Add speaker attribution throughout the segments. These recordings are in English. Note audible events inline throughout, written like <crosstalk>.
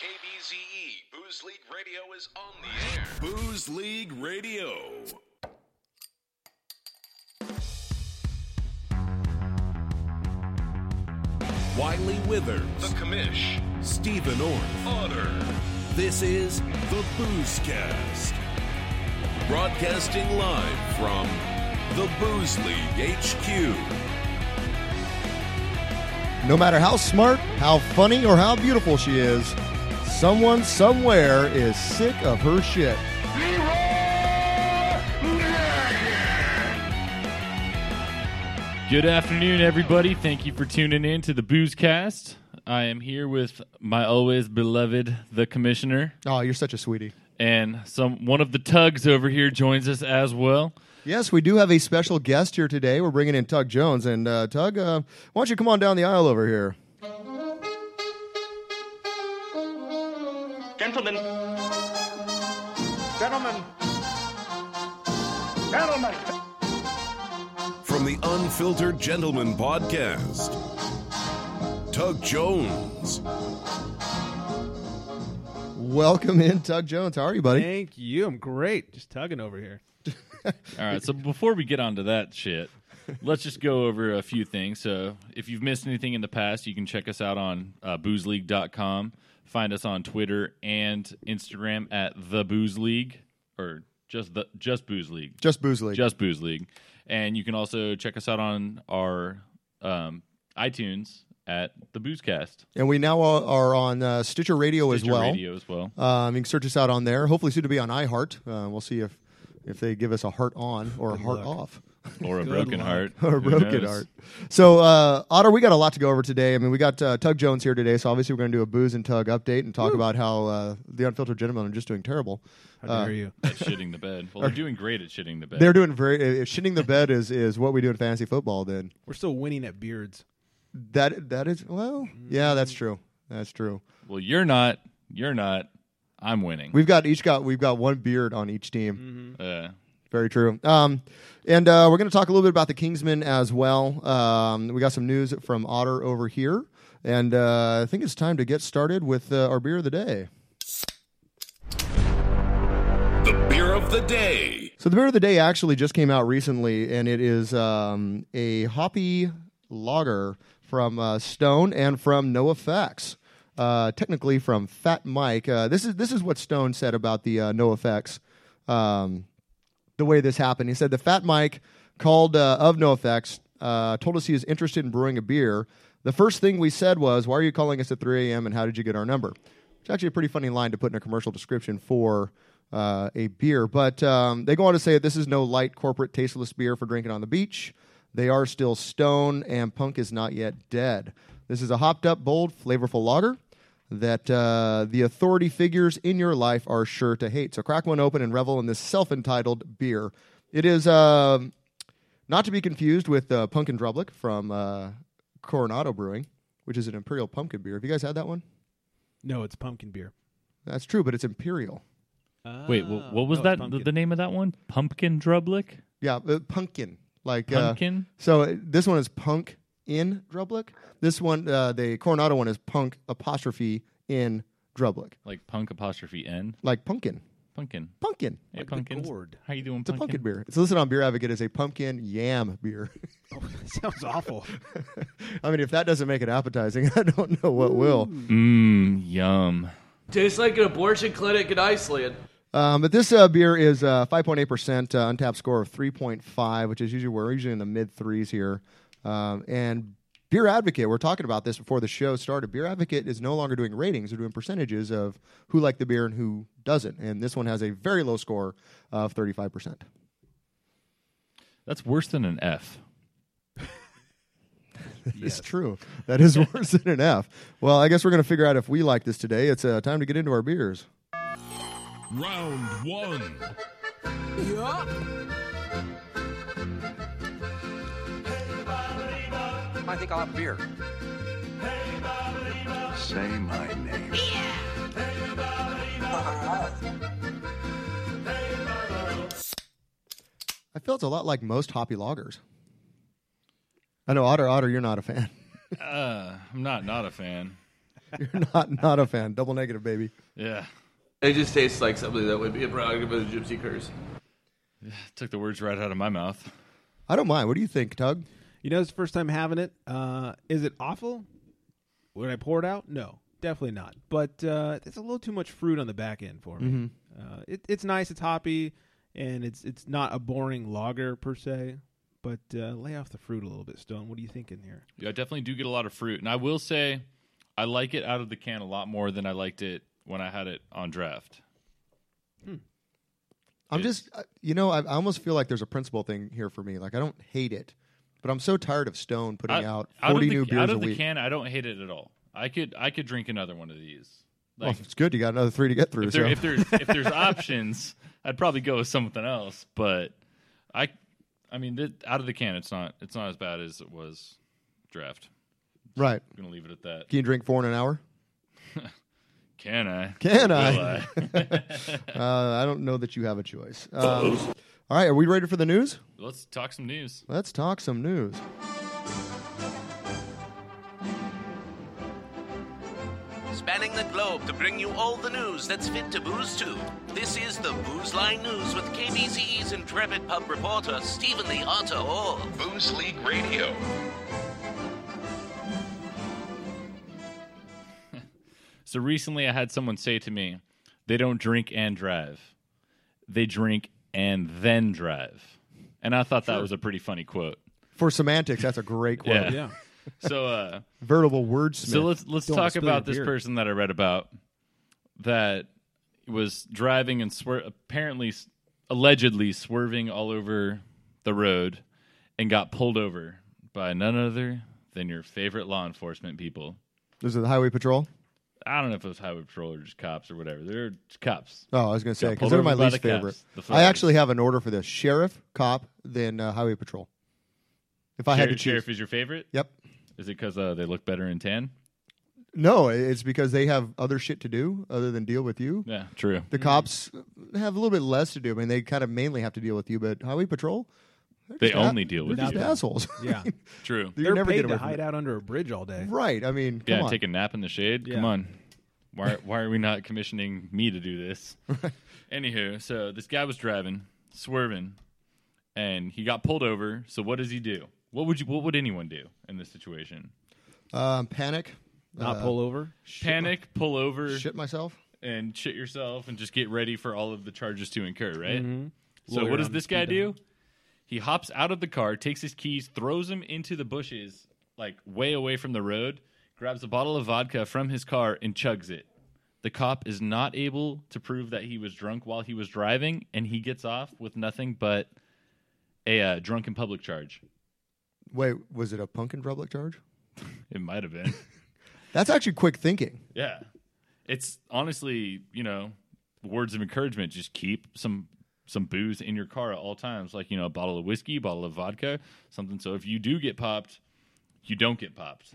Speaker 1: KBZE E, Booze League Radio is on the air.
Speaker 2: Booze League Radio. Wiley
Speaker 1: The
Speaker 2: Withers,
Speaker 1: Commish,
Speaker 2: Stephen Orr.
Speaker 1: Otter,
Speaker 2: This is the Boozecast. Broadcasting live from the Booze League HQ.
Speaker 3: No matter how smart, how funny, or how beautiful she is, someone somewhere is sick of her shit.
Speaker 4: Good afternoon, everybody. Thank you for tuning in to the Boozecast. I am here with my always beloved, the Commissioner,
Speaker 3: Oh, you're such a sweetie.
Speaker 4: and some one of the tugs over here joins us as well.
Speaker 3: Yes, we do have a special guest here today. We're bringing in Tug Jones. And uh, Tug, uh, why don't you come on down the aisle over here?
Speaker 5: Gentlemen. Gentlemen. Gentlemen.
Speaker 2: From the Unfiltered Gentleman Podcast, Tug Jones.
Speaker 3: Welcome in, Tug Jones. How are you, buddy?
Speaker 6: Thank you. I'm great. Just tugging over here.
Speaker 4: All right, so before we get onto that shit, let's just go over a few things. So, if you've missed anything in the past, you can check us out on uh, boozeleague.com. Find us on Twitter and Instagram at the Booze League or just the just Booze League.
Speaker 3: Just Booze League.
Speaker 4: Just Booze League. And you can also check us out on our um, iTunes at the Boozecast.
Speaker 3: and we now are- are on uh, Stitcher Radio as
Speaker 4: Stitcher
Speaker 3: well.
Speaker 4: Radio
Speaker 3: <laughs>
Speaker 4: as well.
Speaker 3: Um, you can search us out on there. Hopefully, soon to be on iHeart. Uh, we'll see if, if they give us a heart on or a heart off.
Speaker 4: Or a broken heart.
Speaker 3: <laughs> or
Speaker 4: Who
Speaker 3: broken
Speaker 4: knows?
Speaker 3: art. So, uh, Otter, we got a lot to go over today. I mean, we got uh, Tug Jones here today, so obviously we're going to do a booze and Tug update and talk about how uh, the unfiltered gentlemen are just doing terrible.
Speaker 6: How dare you?
Speaker 4: At shitting the bed. Well, they're doing great at shitting the bed.
Speaker 3: They're doing very. If shitting the bed is is what we do in fantasy football, then
Speaker 6: We're still winning at beards.
Speaker 3: that that is well, yeah,
Speaker 4: Mm-hmm.
Speaker 3: that's true. That's true.
Speaker 4: well, you're not. You're not. I'm winning.
Speaker 3: We've got each got we've got one beard on each team.
Speaker 4: uh,
Speaker 3: Very true. Um, and uh, we're going to talk a little bit about the Kingsmen as well. Um, we got some news from Otter over here, and uh, I think it's time to get started with uh, our beer of the day.
Speaker 2: The beer of the day.
Speaker 3: So the beer of the day actually just came out recently, and it is um, a hoppy lager from uh, Stone and from No Effects. Uh, technically from Fat Mike. Uh, this is this is what Stone said about the uh, No Effects. Um, the way this happened. He said the Fat Mike called uh, of No Effects, uh, told us he was interested in brewing a beer. The first thing we said was, "Why are you calling us at 3 a.m. and how did you get our number?" It's actually a pretty funny line to put in a commercial description for uh, a beer. But um, they go on to say this is no light corporate tasteless beer for drinking on the beach. They are still stone, and punk is not yet dead. This is a hopped up, bold, flavorful lager that uh, the authority figures in your life are sure to hate. So crack one open and revel in this self entitled beer. It is um not to be confused with uh, Pumpkin Drublick from uh, Coronado Brewing, which is an imperial pumpkin beer. Have you guys had that one?
Speaker 6: No, it's
Speaker 3: <laughs>
Speaker 6: pumpkin beer. <laughs>
Speaker 3: That's true, but it's imperial.
Speaker 4: wait, wh- what was
Speaker 6: No,
Speaker 4: that?
Speaker 6: it's
Speaker 4: The,
Speaker 6: Ah, pumpkin.
Speaker 4: the name of that one? Pumpkin Drublick?
Speaker 3: Yeah, uh, pumpkin. Like Uh,
Speaker 4: Pumpkin?
Speaker 3: so uh, this one is punk in Drublick. This one, uh, the Coronado one, is punk apostrophe in Drublick,
Speaker 4: like punk apostrophe N?
Speaker 3: like pumpkin,
Speaker 4: Pumpkin.
Speaker 3: pumpkin.
Speaker 4: Hey,
Speaker 6: Like the
Speaker 4: pumpkin.
Speaker 6: gourd.
Speaker 4: How you doing,
Speaker 3: It's a pumpkin beer. It's listed on Beer Advocate as a pumpkin yam beer. <laughs>
Speaker 6: Sounds awful.
Speaker 3: I mean, if that doesn't make it appetizing, <laughs> I don't know what will.
Speaker 4: Mmm, yum.
Speaker 7: Tastes like an abortion clinic in Iceland.
Speaker 3: Um, but this uh, beer is uh, 5.8%, uh, untapped score of 3.5, which is usually, we're usually in the mid threes here. Um, and Beer Advocate, we're talking about this before the show started. Beer Advocate is no longer doing ratings, they're doing percentages of who liked the beer and who doesn't. And this one has a very low score of 35%.
Speaker 4: That's worse than an F.
Speaker 3: <laughs> It's true. That is <laughs> worse than an F. Well, I guess we're going to figure out if we like this today. It's uh, time to get into our beers.
Speaker 2: Round one.
Speaker 8: I think I'll have a beer.
Speaker 3: I felt a lot like most hoppy loggers. I know Otter Otter, you're not a fan. <laughs>
Speaker 4: Uh, I'm not not a fan.
Speaker 3: You're not not a fan. Double negative, baby.
Speaker 4: Yeah.
Speaker 7: It just tastes like something that would be a product of a gypsy curse.
Speaker 4: Took the words right out of my mouth.
Speaker 3: I don't mind. What do you think, Tug?
Speaker 6: You know, it's the first time having it. Uh, is it awful? Would I pour it out? No, definitely not. But uh, it's a little too much fruit on the back end for me.
Speaker 3: Mm-hmm.
Speaker 6: Uh, it, it's nice. It's hoppy, and it's it's not a boring lager per se. But uh, lay off the fruit a little bit, Stone. What are you thinking here?
Speaker 4: Yeah, I definitely do get a lot of fruit, and I will say, I like it out of the can a lot more than I liked it when I had it on draft.
Speaker 3: I'm just, uh, you know, I, I almost feel like there's a principle thing here for me. Like I don't hate it, but I'm so tired of Stone putting
Speaker 4: I-
Speaker 3: out
Speaker 4: out of
Speaker 3: 40
Speaker 4: the,
Speaker 3: new
Speaker 4: out
Speaker 3: beers
Speaker 4: of
Speaker 3: a
Speaker 4: the
Speaker 3: week.
Speaker 4: can. I don't hate it at all. I could I could drink another one of these.
Speaker 3: well, <laughs>
Speaker 4: Like
Speaker 3: it's good. You got another three to get through.
Speaker 4: if, there,
Speaker 3: so.
Speaker 4: if there's if there's options, I'd probably go with something else. But I, I mean, th- out of the can, it's not it's not as bad as it was draft.
Speaker 3: <laughs> right.
Speaker 4: I'm gonna leave it at that.
Speaker 3: Can you drink four in an hour?
Speaker 4: Can I?
Speaker 3: Can
Speaker 4: Will
Speaker 3: I? Uh, I don't know that you have a choice.
Speaker 4: Uh,
Speaker 3: Um, all right. Are we ready for the news?
Speaker 4: Let's talk some news.
Speaker 3: Let's talk some news.
Speaker 1: Spanning the globe to bring you all the news that's fit to booze to. This is the Booze Line News with KBZE's intrepid pub reporter, Stephen the Otter Hall. Booze League Radio.
Speaker 4: So recently, I had someone say to me, "They don't drink and drive; they drink and then drive." And I thought that was a pretty funny quote.
Speaker 3: For semantics, that's a great quote.
Speaker 4: Yeah. So,
Speaker 6: <laughs>
Speaker 4: uh,
Speaker 3: Veritable wordsmith.
Speaker 4: so let's let's
Speaker 6: Don't wanna
Speaker 4: talk
Speaker 6: spill
Speaker 4: about
Speaker 6: your
Speaker 4: this
Speaker 6: beer.
Speaker 4: person that I read about that was driving and swer- apparently, s- allegedly swerving all over the road, and got pulled over by none other than your favorite law enforcement people.
Speaker 3: This is the highway patrol.
Speaker 4: I don't know if it was highway patrol or just cops or whatever. They're just cops.
Speaker 3: Oh, I was going to say
Speaker 4: Got
Speaker 3: because
Speaker 4: pulled
Speaker 3: they're
Speaker 4: over
Speaker 3: my
Speaker 4: by
Speaker 3: least
Speaker 4: the cops,
Speaker 3: favorite.
Speaker 4: the
Speaker 3: I
Speaker 4: flaggers.
Speaker 3: actually have an order for this: sheriff, cop, then uh, highway patrol. If I had to
Speaker 4: Sheriff,
Speaker 3: choose,
Speaker 4: Sheriff is your favorite?
Speaker 3: yep.
Speaker 4: Is it because uh, they look better in tan?
Speaker 3: No, i- it's because they have other shit to do other than deal with you.
Speaker 4: Yeah, true.
Speaker 3: The cops have a little bit less to do. I mean, they kind of mainly have to deal with you, but highway patrol, they're
Speaker 4: They
Speaker 3: just
Speaker 4: only deal with
Speaker 3: they're just
Speaker 4: you.
Speaker 3: assholes. <laughs>
Speaker 6: <laughs> Yeah,
Speaker 4: True.
Speaker 3: you
Speaker 6: they're
Speaker 3: never
Speaker 6: paid
Speaker 3: get away
Speaker 6: to
Speaker 3: from
Speaker 6: hide
Speaker 3: it.
Speaker 6: out under a bridge all day.
Speaker 3: Right. I mean, come
Speaker 4: yeah,
Speaker 3: on.
Speaker 4: take a nap in the shade. Come
Speaker 6: Yeah.
Speaker 4: on. Why why are we not commissioning me to do
Speaker 3: <laughs>
Speaker 4: this? Anywho, so this guy was driving, swerving, and he got pulled over. So what does he do? What would you what would anyone do in this situation?
Speaker 3: um, panic,
Speaker 6: Not
Speaker 3: uh, <laughs>
Speaker 6: pull over.
Speaker 4: Panic, pull over,
Speaker 3: shit myself.
Speaker 4: and shit yourself and just get ready for all of the charges to incur, right? So
Speaker 6: Lawyer
Speaker 4: what does
Speaker 6: on
Speaker 4: this
Speaker 6: speed
Speaker 4: guy
Speaker 6: dial.
Speaker 4: do? He hops out of the car, takes his keys, throws them into the bushes, like way away from the road, grabs a bottle of vodka from his car and chugs it. The cop is not able to prove that he was drunk while he was driving, and he gets off with nothing but a uh, drunken public charge.
Speaker 3: Wait, was it a pumpkin public charge?
Speaker 4: It might have been.
Speaker 3: That's actually quick thinking.
Speaker 4: Yeah. It's honestly, you know, words of encouragement. Just keep some some booze in your car at all times, like you know, a bottle of whiskey, bottle of vodka, something. So if you do get popped, you don't get popped.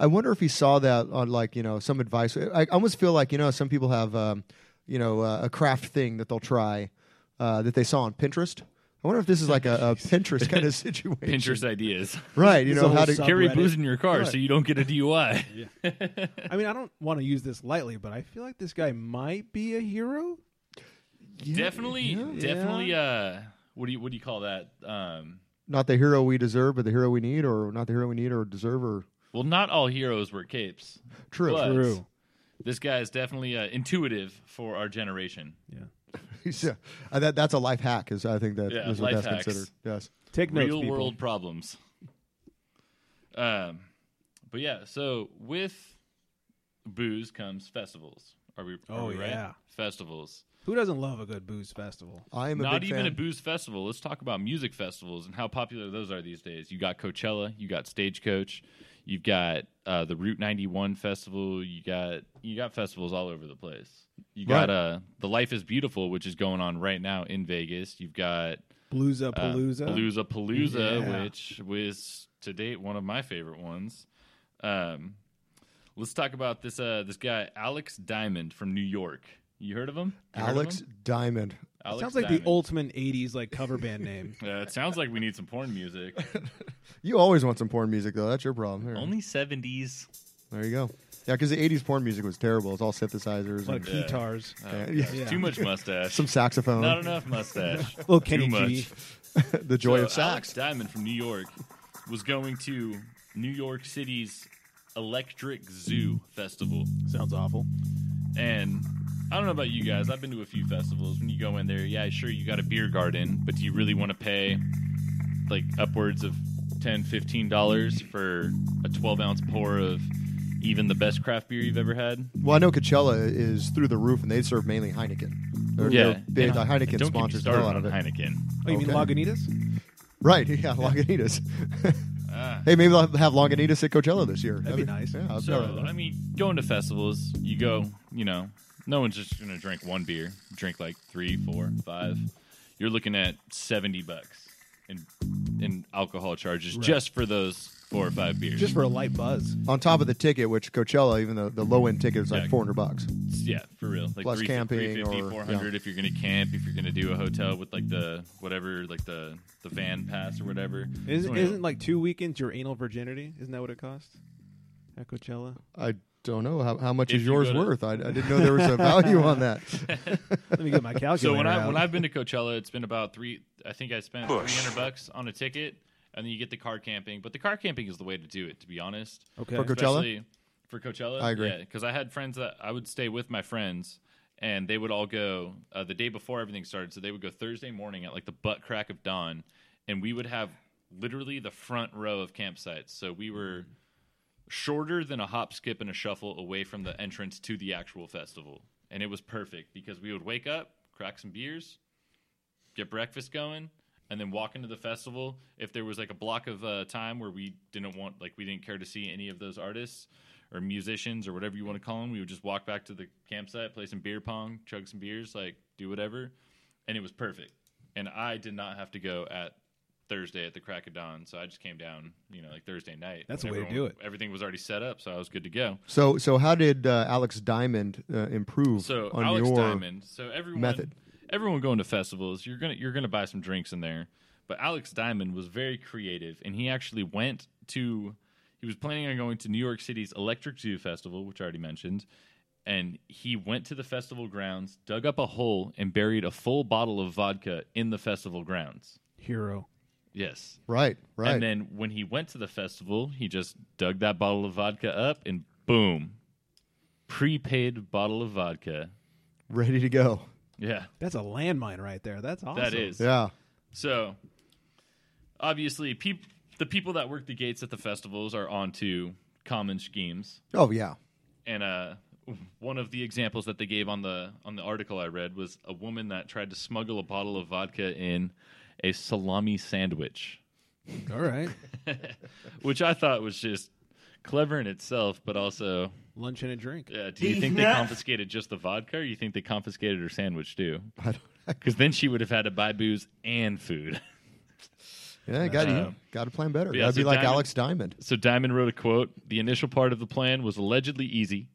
Speaker 3: I wonder if he saw that on like you know some advice. I I almost feel like you know some people have um, you know uh, a craft thing that they'll try uh, that they saw on Pinterest. I wonder if this is like a,
Speaker 4: <laughs>
Speaker 3: a Pinterest kind of situation.
Speaker 4: Pinterest ideas.
Speaker 3: right? You
Speaker 6: It's
Speaker 3: know
Speaker 6: a whole
Speaker 3: how to
Speaker 6: sub-
Speaker 4: Carry
Speaker 6: Subreddit.
Speaker 4: booze in your car so you don't
Speaker 6: <laughs>
Speaker 4: get a DUI.
Speaker 6: I mean, I don't want to use this lightly, but I feel like this guy might be a hero.
Speaker 4: Definitely, definitely. Uh, what do you what do you call that? Um,
Speaker 3: not the hero we deserve, but the hero we need, or not the hero we need or deserve, or
Speaker 4: well, not all heroes wear capes.
Speaker 3: true.
Speaker 4: But-
Speaker 6: True.
Speaker 4: This guy is definitely uh, intuitive for our generation.
Speaker 6: Yeah.
Speaker 3: <laughs> yeah. Uh, that, that's a life hack. Is I think that
Speaker 4: Yeah,
Speaker 3: is what
Speaker 4: life
Speaker 3: that's
Speaker 4: hacks.
Speaker 3: considered. Yes.
Speaker 6: Take notes,
Speaker 4: real
Speaker 6: people.
Speaker 4: world problems. Um, but yeah, so with booze comes festivals. Are we? Are
Speaker 6: Oh,
Speaker 4: we right?
Speaker 6: yeah.
Speaker 4: festivals.
Speaker 6: Who doesn't love a good booze festival?
Speaker 3: I am a
Speaker 4: Not
Speaker 3: big
Speaker 4: even
Speaker 3: fan.
Speaker 4: a booze festival. Let's talk about music festivals and how popular those are these days. You got Coachella, you got Stagecoach, you've got uh, the Route 91 festival. You got you got festivals all over the place. You got
Speaker 3: Right.
Speaker 4: uh, the Life is Beautiful, which is going on right now in Vegas. You've got
Speaker 6: Bluesa
Speaker 4: uh,
Speaker 6: Palooza.
Speaker 4: Palooza Palooza,
Speaker 6: Yeah.
Speaker 4: which was to date one of my favorite ones. Um, let's talk about this uh, this guy Alex Diamond from New York. You heard of him? You heard of
Speaker 3: Alex
Speaker 4: him?
Speaker 3: Diamond.
Speaker 4: Alex
Speaker 6: Sounds like
Speaker 4: Diamond.
Speaker 6: the ultimate '80s like cover band
Speaker 4: <laughs>
Speaker 6: name.
Speaker 4: Uh, it sounds like we need some porn music.
Speaker 6: <laughs>
Speaker 3: You always want some porn music though. That's your problem. Here.
Speaker 4: Only seventies.
Speaker 3: There you go. Yeah, because the '80s porn music was terrible. It's all synthesizers,
Speaker 6: Like
Speaker 3: and,
Speaker 4: Yeah.
Speaker 6: guitars.
Speaker 3: yeah,
Speaker 6: Yeah.
Speaker 4: Too much
Speaker 3: <laughs>
Speaker 4: mustache.
Speaker 3: some saxophone, <laughs>
Speaker 4: Not enough mustache.
Speaker 6: <laughs> Little Kenny
Speaker 4: Too much.
Speaker 6: G.
Speaker 3: the joy
Speaker 4: So
Speaker 3: of sax.
Speaker 4: Alex Diamond from New York was going to New York City's Electric Zoo Festival.
Speaker 6: Sounds awful.
Speaker 4: And I don't know about you guys. I've been to a few festivals. When you go in there, yeah, sure, you got a beer garden, but do you really want to pay like upwards of $10, $15 for a 12 ounce pour of even the best craft beer you've ever had?
Speaker 3: Well, I know Coachella is through the roof, and they serve mainly Heineken. They're, they're big
Speaker 4: And- and
Speaker 3: Heineken
Speaker 4: don't get me
Speaker 3: sponsors the
Speaker 4: started
Speaker 3: hell out
Speaker 4: on
Speaker 3: of it.
Speaker 4: Heineken.
Speaker 6: Oh, you mean
Speaker 3: Okay.
Speaker 6: Lagunitas?
Speaker 3: Right? <laughs> Yeah, Lagunitas.
Speaker 4: <laughs> Ah.
Speaker 3: hey, maybe they'll have Lagunitas at Coachella this year. That'd
Speaker 6: be nice.
Speaker 3: Yeah, I've never-
Speaker 4: So uh, I mean, going to festivals, you go, you know, no one's just gonna drink one beer. Drink like three, four, five. You're looking at seventy bucks in in alcohol charges just for those four or five beers.
Speaker 6: Just for a light buzz.
Speaker 3: on top of the ticket, which Coachella, even the, the low end ticket is like
Speaker 4: Yeah.
Speaker 3: four hundred bucks.
Speaker 4: yeah, for real. Like
Speaker 3: Plus
Speaker 4: three,
Speaker 3: camping
Speaker 4: 350,
Speaker 3: or-
Speaker 4: 400 if you're gonna camp, if you're gonna do a hotel with like the whatever, like the the van pass or whatever.
Speaker 6: Isn't,
Speaker 4: Somebody-
Speaker 6: isn't like two weekends your anal virginity? Isn't that what it costs at Coachella?
Speaker 3: I don't know how, how much
Speaker 4: If
Speaker 3: is
Speaker 4: you
Speaker 3: yours
Speaker 4: go to-
Speaker 3: worth. I, I didn't know there was a value on
Speaker 4: <laughs>
Speaker 3: that.
Speaker 6: Let me get my calculator
Speaker 4: So when I
Speaker 6: out.
Speaker 4: when
Speaker 3: <laughs>
Speaker 4: I've been to Coachella, it's been about three. I think I spent three hundred bucks on a ticket, and then you get the car camping. But the car camping is the way to do it, to be honest.
Speaker 6: okay.
Speaker 3: for Coachella?
Speaker 4: Especially For Coachella,
Speaker 3: I agree.
Speaker 4: Because I had friends that I would stay with my friends, and they would all go uh, the day before everything started. So they would go Thursday morning at like the butt crack of dawn, and we would have literally the front row of campsites. So we were
Speaker 3: Mm-hmm.
Speaker 4: shorter than a hop, skip, and a shuffle away from the entrance to the actual festival. And it was perfect because we would wake up, crack some beers, get breakfast going, and then walk into the festival. If there was like a block of uh, time where we didn't want, like, we didn't care to see any of those artists or musicians or whatever you want to call them, we would just walk back to the campsite, play some beer pong, chug some beers, like, do whatever. And it was perfect. And I did not have to go at Thursday at the crack of dawn. So I just came down, you know, like Thursday night.
Speaker 6: That's the
Speaker 4: when
Speaker 6: way to
Speaker 4: everyone-
Speaker 6: do it.
Speaker 4: Everything was already set up, so I was good to go.
Speaker 3: So, so how did uh, Alex Diamond uh, improve
Speaker 4: So
Speaker 3: on
Speaker 4: Alex
Speaker 3: your
Speaker 4: Diamond. So everyone,
Speaker 3: method.
Speaker 4: everyone going to festivals, you're gonna you're gonna buy some drinks in there. But Alex Diamond was very creative, and he actually went to. He was planning on going to New York City's Electric Zoo Festival, which I already mentioned, and he went to the festival grounds, dug up a hole, and buried a full bottle of vodka in the festival grounds.
Speaker 6: Hero.
Speaker 4: Yes.
Speaker 3: Right, right.
Speaker 4: And then when he went to the festival, he just dug that bottle of vodka up and boom, prepaid bottle of vodka.
Speaker 3: Ready to go.
Speaker 4: Yeah,
Speaker 6: That's a landmine right there. That's awesome.
Speaker 4: that is.
Speaker 3: Yeah.
Speaker 4: So obviously, peop- the people that work the gates at the festivals are onto common schemes.
Speaker 3: Oh yeah. <laughs>
Speaker 4: and uh, one of the examples that they gave on the on the article I read was a woman that tried to smuggle a bottle of vodka in a salami sandwich,
Speaker 6: All right.
Speaker 4: which I thought was just clever in itself, but also,
Speaker 6: Lunch and a drink.
Speaker 4: <laughs> uh, do you think they confiscated just the vodka, or you think they confiscated her sandwich too?
Speaker 3: I don't,
Speaker 4: Because then she would have had to buy booze and food.
Speaker 3: yeah, got
Speaker 4: Uh,
Speaker 3: to got to plan better.
Speaker 4: yeah,
Speaker 3: Got to be
Speaker 4: so
Speaker 3: like
Speaker 4: Diamond-
Speaker 3: Alex Um, Diamond.
Speaker 4: So Diamond wrote a quote. The initial part of the plan was allegedly easy.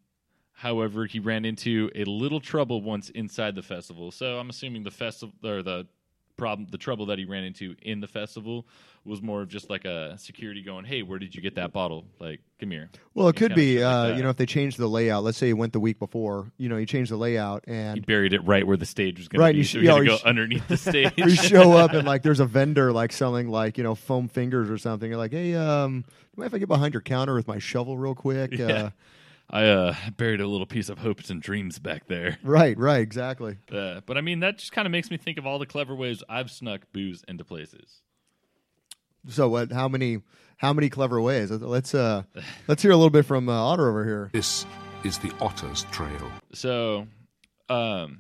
Speaker 4: However, he ran into a little trouble once inside the festival. So I'm assuming the festival or the problem the trouble that he ran into in the festival was more of just like a security going, "Hey, where did you get that bottle? Like, come here."
Speaker 3: Well, it
Speaker 4: You
Speaker 3: could
Speaker 4: know,
Speaker 3: be,
Speaker 4: shit like
Speaker 3: uh,
Speaker 4: that.
Speaker 3: you know, if they changed the layout. Let's say you went the week before. You know, you changed the layout,
Speaker 4: He
Speaker 3: and
Speaker 4: buried it right where the stage was going
Speaker 3: Right,
Speaker 4: to be.
Speaker 3: you
Speaker 4: so
Speaker 3: should-
Speaker 4: he
Speaker 3: yeah,
Speaker 4: had to
Speaker 3: you
Speaker 4: go
Speaker 3: should- <laughs>
Speaker 4: underneath the stage.
Speaker 3: you show up and like there's a vendor like selling like you know foam fingers or something. You're like, hey, um, do you mind if I get behind your counter with my shovel real <laughs> quick? Uh,
Speaker 4: Yeah. <laughs> I uh, buried a little piece of hopes and dreams
Speaker 3: <laughs>
Speaker 4: back there.
Speaker 3: right, right, exactly.
Speaker 4: Uh, but I mean, that just kind of makes me think of all the clever ways I've snuck booze into places.
Speaker 3: So what? How many? How many clever ways? Let's uh, let's hear a little bit from uh, Otter over here.
Speaker 5: This is the Otter's Trail.
Speaker 4: So, um,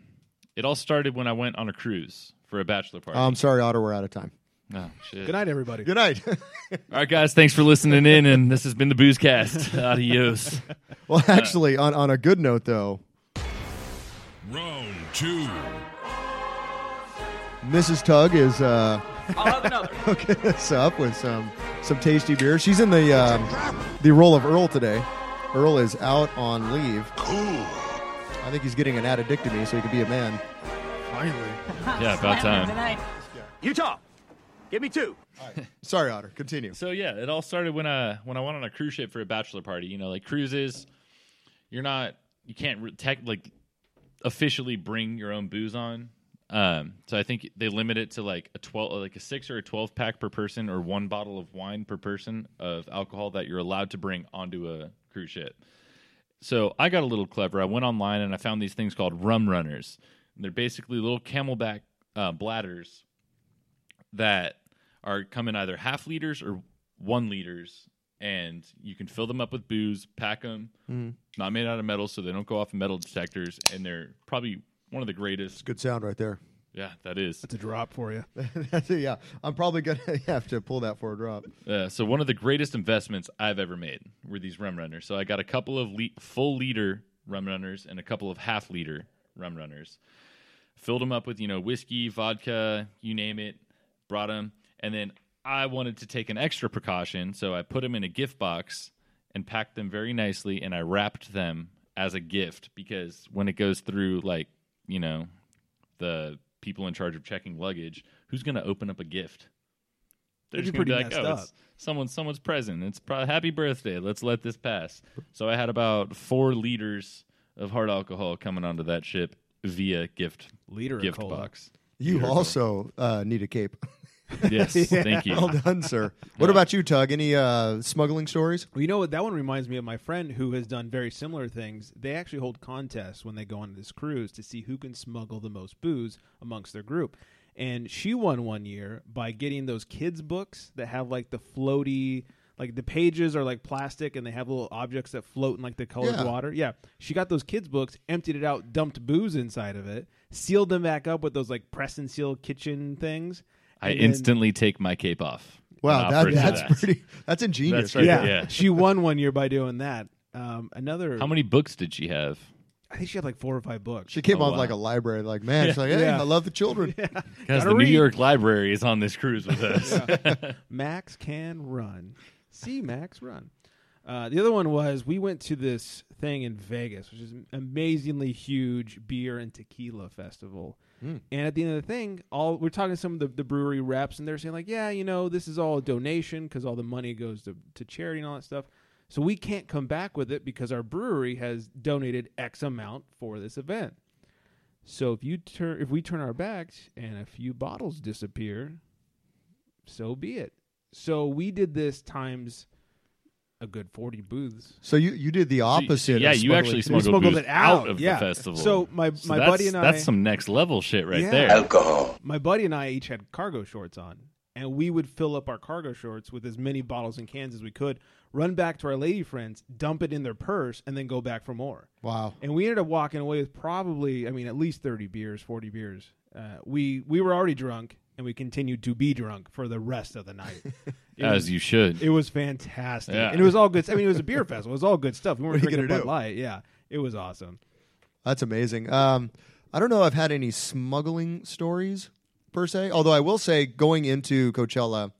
Speaker 4: it all started when I went on a cruise for a bachelor party.
Speaker 3: I'm sorry, Otter, we're out of time.
Speaker 4: oh, shit.
Speaker 6: Um, Good night, everybody.
Speaker 3: Good night. <laughs>
Speaker 4: All right, guys, thanks for listening in, and this has been the
Speaker 6: <laughs>
Speaker 4: Boozecast. Adios.
Speaker 3: well, actually, on on a good note though,
Speaker 2: Round two.
Speaker 3: Mrs. Tug is uh.
Speaker 7: I'll have another.
Speaker 3: <laughs> hooking us up with some some tasty beer. She's in the um, the role of Earl today. Earl is out on leave. Cool. I think he's getting an addictomy so he can be a man.
Speaker 6: Finally.
Speaker 4: Yeah, about time.
Speaker 8: Tonight.
Speaker 7: Utah, give me two.
Speaker 3: Sorry, Otter. Continue.
Speaker 4: uh, So yeah, it all started when I when I went on a cruise ship for a bachelor party. You know, like cruises, you're not you can't re- tech, like officially bring your own booze on. Um, so I think they limit it to like a twelve, like a six or a twelve pack per person, or one bottle of wine per person of alcohol that you're allowed to bring onto a cruise ship. So I got a little clever. I went online and I found these things called rum runners. And they're basically little camelback uh, bladders that are come in either half liters or one liters, and you can fill them up with booze, pack them. Not made out of metal, so they don't go off of metal detectors, and they're probably one of the greatest.
Speaker 3: Good sound right there.
Speaker 4: Yeah, that is.
Speaker 6: It's a drop for you.
Speaker 3: That's it, <laughs> yeah, I'm probably gonna <laughs> have to pull that for a drop.
Speaker 4: Uh, so one of the greatest investments I've ever made were these rum runners. So I got a couple of le- full liter rum runners and a couple of half liter rum runners. Filled them up with you know whiskey, vodka, you name it. Brought them, and then I wanted to take an extra precaution, so I put them in a gift box and packed them very nicely, and I wrapped them as a gift because when it goes through like you know the people in charge of checking luggage, who's going to open up a gift? They're
Speaker 6: That'd
Speaker 4: just
Speaker 6: be
Speaker 4: going to be
Speaker 6: pretty
Speaker 4: like,
Speaker 6: messed
Speaker 4: oh,
Speaker 6: up."
Speaker 4: it's someone, someone's present. It's probably happy birthday. Let's let this pass. So I had about four liters of hard alcohol coming onto that ship via gift
Speaker 6: Liter of
Speaker 4: gift
Speaker 6: cola.
Speaker 4: box.
Speaker 3: You also uh, need a cape.
Speaker 6: <laughs>
Speaker 4: Yes, thank you.
Speaker 3: <laughs> well done,
Speaker 4: <laughs>
Speaker 3: sir. What about you, Tug? Any uh, smuggling stories?
Speaker 6: Well, you know what? That one reminds me of my friend who has done very similar things. They actually hold contests when they go on this cruise to see who can smuggle the most booze amongst their group. And she won one year by getting those kids' books that have like the floaty, like the pages are like plastic and they have little objects that float in like the colored
Speaker 3: Yeah.
Speaker 6: water. Yeah. She got those kids' books, emptied it out, dumped booze inside of it, sealed them back up with those like press and seal kitchen things.
Speaker 4: I
Speaker 6: and then-
Speaker 4: instantly take my cape off.
Speaker 3: Wow,
Speaker 4: and
Speaker 3: that,
Speaker 4: offer it to
Speaker 3: that's
Speaker 4: that.
Speaker 3: pretty. That's ingenious.
Speaker 4: That's right.
Speaker 6: Yeah.
Speaker 4: Yeah.
Speaker 6: she won one year by doing that. Um,
Speaker 4: <laughs>
Speaker 6: another.
Speaker 4: How many books did she have?
Speaker 6: I think she had like four or five books.
Speaker 3: She came
Speaker 4: Oh,
Speaker 3: off
Speaker 4: wow.
Speaker 3: like a library. Like, man, she's like, hey,
Speaker 6: <laughs> Yeah.
Speaker 3: I love the children.
Speaker 4: Because
Speaker 6: Gotta
Speaker 4: the New
Speaker 6: read.
Speaker 4: York Library is on this cruise with us.
Speaker 6: Max can run. See Max run. Uh, the other one was we went to this thing in Vegas, which is an amazingly huge beer and tequila festival. And at the end of the thing, all we're talking to some of the, the brewery reps, and they're saying like, "Yeah, you know, this is all a donation because all the money goes to, to charity and all that stuff. So we can't come back with it because our brewery has donated X amount for this event. So if you turn, if we turn our backs and a few bottles disappear, so be it. So we did this times a good forty booths.
Speaker 3: So you, you did the opposite.
Speaker 4: yeah,
Speaker 3: of
Speaker 4: you actually
Speaker 3: smuggling.
Speaker 4: smuggled,
Speaker 6: smuggled
Speaker 4: booze
Speaker 6: it out,
Speaker 4: of
Speaker 6: yeah.
Speaker 4: the festival.
Speaker 6: So my- my
Speaker 4: that's-
Speaker 6: buddy and I-
Speaker 4: That's some next level shit right
Speaker 6: Yeah.
Speaker 4: there.
Speaker 6: My buddy and I each had cargo shorts on, and we would fill up our cargo shorts with as many bottles and cans as we could, run back to our lady friends, dump it in their purse, and then go back for more.
Speaker 3: Wow.
Speaker 6: And we ended up walking away with probably, I mean, at least thirty beers, forty beers. Uh, we we were already drunk, and we continued to be drunk for the rest of the night. It
Speaker 4: As you should.
Speaker 6: It was fantastic,
Speaker 4: Yeah.
Speaker 6: and it was all good. I mean, it was a beer festival. It was all good stuff. We
Speaker 3: What
Speaker 6: weren't
Speaker 3: are you
Speaker 6: drinking
Speaker 3: gonna
Speaker 6: Bud
Speaker 3: do?
Speaker 6: Light. Yeah, it was awesome.
Speaker 3: That's amazing. Um, I don't know if I've had any smuggling stories per se, although I will say going into Coachella,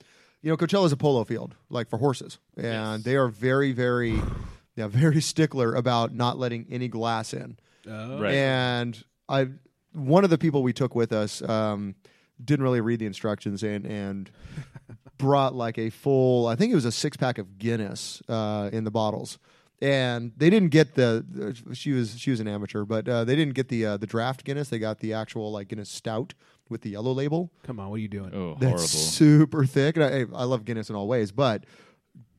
Speaker 3: you know, Coachella is a polo field, like for horses. And they are very, very, yeah, very stickler about not letting any glass in.
Speaker 4: Right.
Speaker 3: And I, one of the people we took with us um, didn't really read the instructions and and brought like a full. I think it was a six pack of Guinness uh, in the bottles, and they didn't get the. She was she was an amateur, but uh, they didn't get the uh, the draft Guinness. They got the actual like Guinness Stout with the yellow label.
Speaker 6: Come on, what are you doing?
Speaker 4: oh,
Speaker 3: That's
Speaker 4: horrible.
Speaker 3: super thick. And I, hey, I love Guinness in all ways, but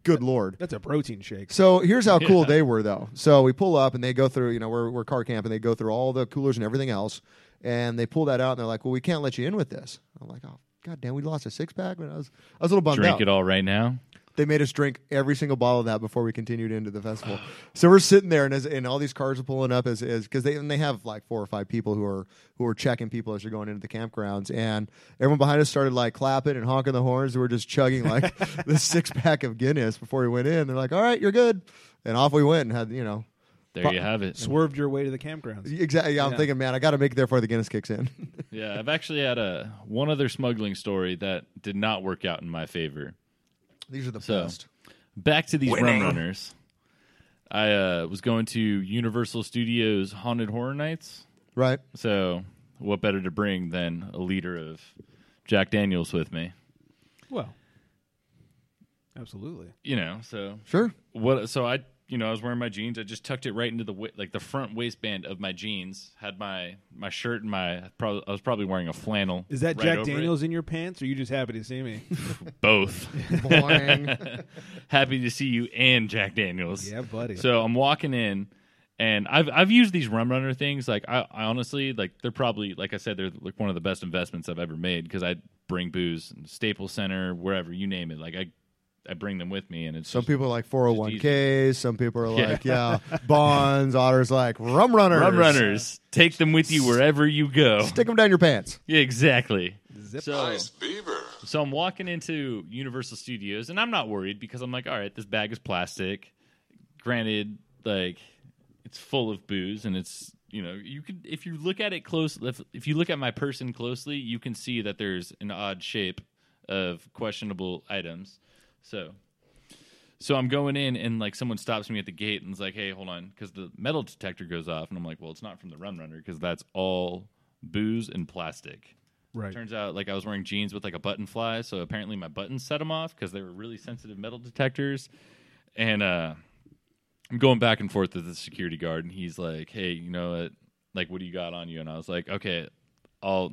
Speaker 3: good lord,
Speaker 6: That's a protein shake.
Speaker 3: so here's how cool they were, though. So we pull up and they go through, you know, we're, we're car camp and they go through all the coolers and everything else. And they pull that out and they're like, well, we can't let you in with this. I'm like, oh, god damn, we lost a six pack. And I was, I was a little bummed
Speaker 4: Drink
Speaker 3: out.
Speaker 4: it all right now.
Speaker 3: They made us drink every single bottle of that before we continued into the festival. so we're sitting there and, as, and all these cars are pulling up as is because they and they have like four or five people who are who are checking people as they're going into the campgrounds. And everyone behind us started like clapping and honking the horns. We were just chugging like the six pack of Guinness before we went in. They're like, all right, you're good. And off we went and had, you know,
Speaker 4: There you have it.
Speaker 6: Swerved your way to the campgrounds.
Speaker 3: exactly. I'm
Speaker 6: Yeah.
Speaker 3: thinking, man, I got to make it there before the Guinness kicks in.
Speaker 4: Yeah, I've actually had a one other smuggling story that did not work out in my favor.
Speaker 3: <laughs> these are the
Speaker 4: So-
Speaker 3: best.
Speaker 4: Back to these rum runners. I uh, was going to Universal Studios Haunted Horror Nights.
Speaker 3: Right.
Speaker 4: So, what better to bring than a liter of Jack Daniels with me?
Speaker 6: Well, absolutely.
Speaker 4: You know, so
Speaker 3: Sure.
Speaker 4: what? So I you know, I was wearing my jeans. I just tucked it right into the wa- like the front waistband of my jeans. Had my my shirt and my probably I was probably wearing a flannel.
Speaker 6: Is that
Speaker 4: right
Speaker 6: Jack
Speaker 4: over it.
Speaker 6: Daniels in your pants, or you just happy to see me?
Speaker 4: <laughs>
Speaker 6: <laughs>
Speaker 4: Both.
Speaker 3: Boing.
Speaker 4: <laughs> Happy to see you and Jack Daniels.
Speaker 6: Yeah, buddy.
Speaker 4: So I'm walking in, and I've I've used these rum runner things. Like I, I honestly like they're probably like I said they're like one of the best investments I've ever made because I bring booze, Staples Center, wherever you name it. Like I, I bring them with me, and it's
Speaker 3: Some
Speaker 4: just-
Speaker 3: people are like 401ks. Some people are
Speaker 4: <laughs> Yeah.
Speaker 3: like, yeah, bonds. Otter's like, rum runners.
Speaker 4: rum runners. Take them with you wherever you go.
Speaker 3: Stick them down your pants.
Speaker 4: Yeah, exactly.
Speaker 6: Zip.
Speaker 4: So, So I'm walking into Universal Studios, and I'm not worried because I'm like, all right, this bag is plastic. Granted, like it's full of booze, and it's you know you could if you look at it close, if, if you look at my person closely, you can see that there's an odd shape of questionable items. So. So I'm going in, and like someone stops me at the gate and is like, "Hey, hold on," because the metal detector goes off, and I'm like, "Well, it's not from the Rum Runner because that's all booze and plastic."
Speaker 6: <laughs> Right.
Speaker 4: Turns out, like I was wearing jeans with like a button fly, so apparently my buttons set them off because they were really sensitive metal detectors. And uh, I'm going back and forth with the security guard, and he's like, "Hey, you know what? Like, what do you got on you?" And I was like, "Okay, I'll,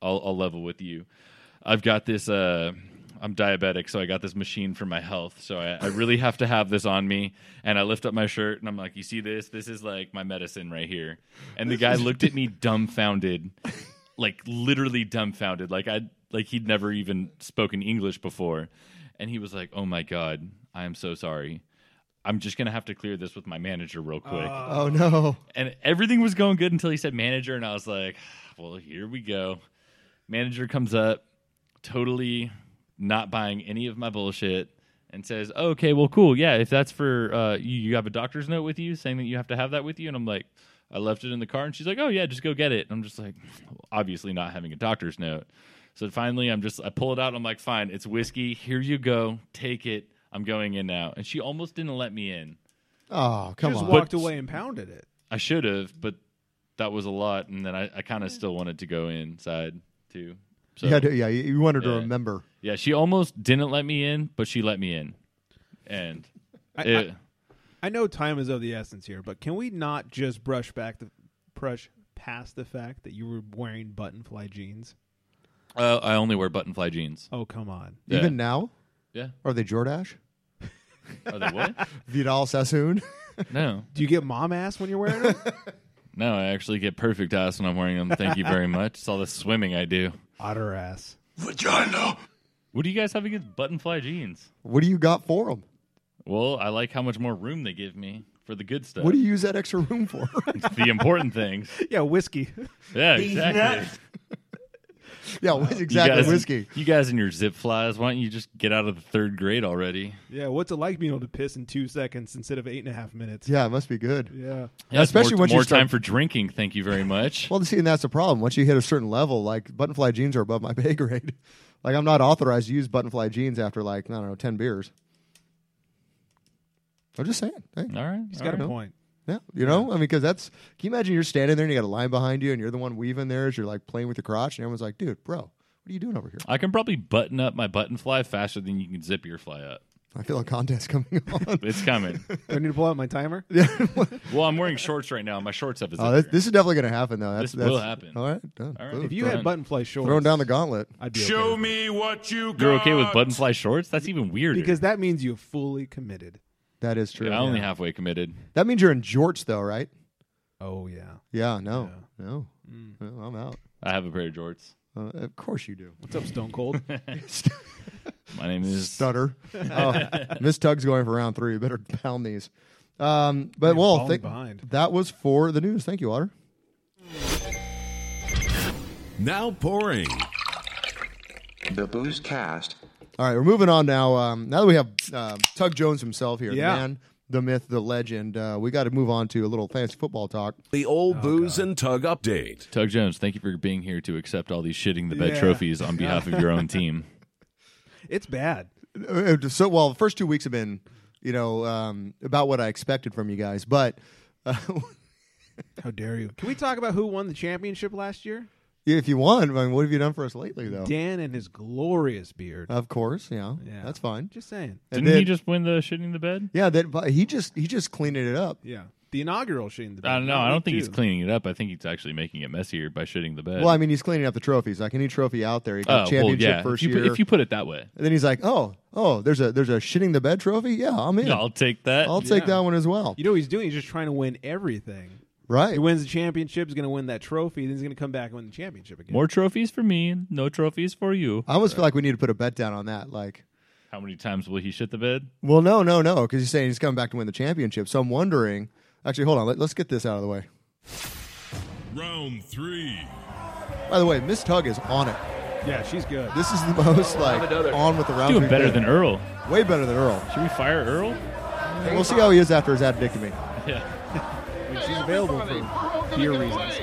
Speaker 4: I'll, I'll level with you. I've got this. Uh, I'm diabetic, so I got this machine for my health. So I, I really have to have this on me." And I lift up my shirt, and I'm like, "You see this? This is like my medicine right here." And the guy looked at me dumbfounded, like literally dumbfounded, like I like he'd never even spoken English before, and he was like, "Oh my god, I am so sorry." I'm just gonna have to clear this with my manager real quick.
Speaker 3: Oh, no.
Speaker 4: and everything was going good until he said manager, and I was like, "Well, here we go." Manager comes up, totally not buying any of my bullshit, and says, oh, "Okay, well, cool, yeah. If that's for uh, you, you have a doctor's note with you saying that you have to have that with you." And I'm like, "I left it in the car," and she's like, "Oh yeah, just go get it." And I'm just like, obviously not having a doctor's note. So finally, I'm just I pull it out. And I'm like, "Fine, it's whiskey. Here you go. Take it. I'm going in now." And she almost didn't let me in.
Speaker 3: Oh,
Speaker 6: You
Speaker 3: come
Speaker 6: just
Speaker 3: on.
Speaker 6: walked away and pounded it.
Speaker 4: I should have, but that was a lot, and then I, I kind of still wanted to go inside too. So
Speaker 3: You had to- yeah, you you wanted to
Speaker 4: Yeah.
Speaker 3: remember.
Speaker 4: yeah, she almost didn't let me in, but she let me in, and
Speaker 6: I,
Speaker 4: it,
Speaker 6: I know time is of the essence here, but can we not just brush back the brush past the fact that you were wearing button fly jeans?
Speaker 4: uh, I only wear button fly jeans.
Speaker 6: Oh come on!
Speaker 4: Yeah.
Speaker 3: Even now?
Speaker 4: Yeah,
Speaker 3: Are they Jordash?
Speaker 4: are they <laughs> what?
Speaker 3: Vidal Sassoon?
Speaker 4: no,
Speaker 6: Do you get mom ass when you're wearing them?
Speaker 4: no, I actually get perfect ass when I'm wearing them. Thank you very much. It's all the swimming I do.
Speaker 6: <laughs> Otter ass.
Speaker 4: What do you guys have against button fly jeans?
Speaker 3: what do you got for them?
Speaker 4: Well, I like how much more room they give me for the good stuff.
Speaker 3: What do you use that extra room for? <laughs>
Speaker 4: the important things.
Speaker 6: Yeah, whiskey. <laughs>
Speaker 4: Yeah, exactly.
Speaker 3: yeah, exactly.
Speaker 4: Uh, you guys,
Speaker 3: whiskey.
Speaker 4: You guys and your zip flies. Why don't you just get out of the third grade already?
Speaker 6: yeah, what's it like being able to piss in two seconds instead of eight and a half minutes?
Speaker 3: Yeah, it must be good.
Speaker 6: Yeah.
Speaker 4: Yeah, it's
Speaker 3: Especially
Speaker 4: more,
Speaker 3: once you
Speaker 4: more
Speaker 3: start-
Speaker 4: time for drinking. Thank you
Speaker 3: <laughs>
Speaker 4: very much.
Speaker 3: Well, see, and that's the problem. Once you hit a certain level, like buttonfly jeans are above my <laughs> pay grade. Like I'm not authorized to use buttonfly jeans after like I don't know ten beers. I'm just saying. Hey,
Speaker 4: all right,
Speaker 6: He's
Speaker 4: all
Speaker 6: got
Speaker 4: right.
Speaker 6: a point.
Speaker 3: yeah, you know, I mean, because that's. Can you imagine you're standing there and you got a line behind you and you're the one weaving there as you're like playing with your crotch and everyone's like, "Dude, bro, what are you doing over here?"
Speaker 4: I can probably button up my button fly faster than you can zip your fly up.
Speaker 3: I feel a contest <laughs> coming
Speaker 4: <laughs>
Speaker 3: on. <laughs>
Speaker 4: It's coming.
Speaker 6: Do I need to pull out my <laughs> timer?
Speaker 4: well, I'm wearing shorts right now. My shorts have a zipper.
Speaker 3: Oh, this, this is definitely going to happen though. That's,
Speaker 4: This
Speaker 3: that's,
Speaker 4: will happen.
Speaker 3: All right, done.
Speaker 4: All right.
Speaker 3: Boom.
Speaker 6: If you
Speaker 4: Throw
Speaker 6: had
Speaker 4: it.
Speaker 6: button fly shorts,
Speaker 3: throwing down the gauntlet.
Speaker 6: I'd be okay
Speaker 2: Show
Speaker 6: with it.
Speaker 2: me what you got.
Speaker 4: You're okay with button fly shorts? That's even weirder.
Speaker 6: because that means you fully committed.
Speaker 3: That is true.
Speaker 4: Dude, I'm only
Speaker 3: Yeah.
Speaker 4: halfway committed.
Speaker 3: That means you're in jorts though, right?
Speaker 6: Oh yeah.
Speaker 3: Yeah. No. No. No, I'm out.
Speaker 4: I have a pair of jorts.
Speaker 3: Uh, of course you do.
Speaker 6: What's up, Stone Cold?
Speaker 4: My name is
Speaker 3: <laughs> stutter. <laughs> Oh, Miss Tug's going for round three. You better pound these. Um, but
Speaker 6: Yeah,
Speaker 3: well,
Speaker 6: falling
Speaker 3: thank-
Speaker 6: behind.
Speaker 3: that was for the news. Thank you, Otter.
Speaker 2: Now pouring.
Speaker 8: The Booze Cast.
Speaker 3: All right, we're moving on now. Um, now that we have um, Tug Jones himself here,
Speaker 6: Yeah.
Speaker 3: the man, the myth, the legend, uh, we got to move on to a little fantasy football talk.
Speaker 2: The old
Speaker 4: Oh,
Speaker 2: booze and tug update.
Speaker 4: Tug Jones. Thank you for being here to accept all these shitting the bed
Speaker 6: Yeah.
Speaker 4: trophies on behalf of your
Speaker 3: <laughs>
Speaker 4: own team.
Speaker 6: it's bad.
Speaker 3: Uh, So, well, the first two weeks have been, you know, um, about what I expected from you guys. But uh, <laughs>
Speaker 6: How dare you? Can we talk about who won the championship last year?
Speaker 3: if you want, I mean, what have you done for us lately, though?
Speaker 6: Dan and his glorious beard.
Speaker 3: Of course, yeah,
Speaker 6: Yeah.
Speaker 3: that's fine.
Speaker 6: Just saying.
Speaker 3: And
Speaker 4: Didn't
Speaker 3: then-
Speaker 4: he just win the shitting the bed?
Speaker 3: Yeah, that but he just he just cleaned it up.
Speaker 6: Yeah. The inaugural Shane the
Speaker 4: I don't know. I don't think he's
Speaker 6: clean.
Speaker 4: cleaning it up. I think he's actually making it messier by shitting the bed.
Speaker 3: Well, I mean, he's cleaning up the trophies. Like any trophy out there, he
Speaker 4: oh,
Speaker 3: got championship
Speaker 4: well, yeah.
Speaker 3: first
Speaker 4: if you, put-
Speaker 3: year.
Speaker 4: If you put it that way,
Speaker 3: and then he's like, oh, oh, there's a there's a shitting the bed trophy. Yeah, I'm in.
Speaker 4: I'll take that.
Speaker 3: I'll take
Speaker 6: Yeah.
Speaker 3: that one as well.
Speaker 6: You know what he's doing? He's just trying to win everything.
Speaker 3: Right.
Speaker 6: He wins the championship. He's going to win that trophy. Then he's going to come back and win the championship again.
Speaker 4: More trophies for me, and no trophies for you.
Speaker 3: I almost feel like we need to put a bet down on that. Like,
Speaker 4: How many times will he shit the bed?
Speaker 3: well, no, no, no, because he's saying he's coming back to win the championship. So I'm wondering. Actually, hold on. Let, let's get this out of the way.
Speaker 2: Round three.
Speaker 3: By the way, Miss Tug is on it.
Speaker 6: yeah, she's good.
Speaker 3: This is the most like
Speaker 7: another.
Speaker 3: on with the round.
Speaker 4: Doing
Speaker 3: three
Speaker 4: better
Speaker 3: pick.
Speaker 4: than Earl.
Speaker 3: way better than Earl.
Speaker 4: Should we fire Earl?
Speaker 6: <laughs>
Speaker 3: And we'll see how he is after his addictomy.
Speaker 4: Yeah.
Speaker 6: I mean, she's available for beer reasons.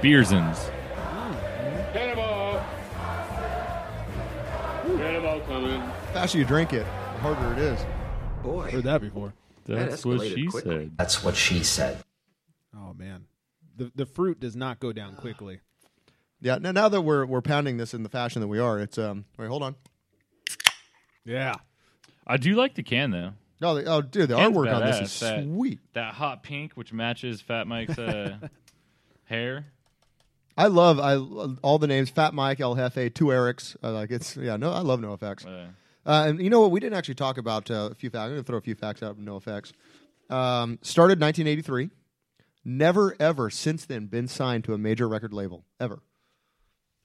Speaker 4: Beersons.
Speaker 3: The faster you drink it, the harder it is.
Speaker 6: Heard that before.
Speaker 4: That's what she said.
Speaker 9: That's what she said.
Speaker 6: Oh man, the the fruit does not go down quickly.
Speaker 3: Yeah. Now, now that we're we're pounding this in the fashion that we are, it's um. Wait, hold on.
Speaker 6: Yeah.
Speaker 4: I do like the can though.
Speaker 3: No, the, oh, dude, the
Speaker 4: Can's
Speaker 3: artwork on this is
Speaker 4: badass, that-
Speaker 3: sweet.
Speaker 4: That hot pink, which matches Fat Mike's uh,
Speaker 6: <laughs>
Speaker 4: hair.
Speaker 3: I love I love all the names: Fat Mike, El Jefe, Two Erics. Uh, like it's yeah. No, I love No Effects.
Speaker 4: Uh,
Speaker 3: Uh, and you know what? We didn't actually talk about uh, a few facts. I'm going to throw a few facts out of No Effects. Um, started 1983. Never ever since then been signed to a major record label ever,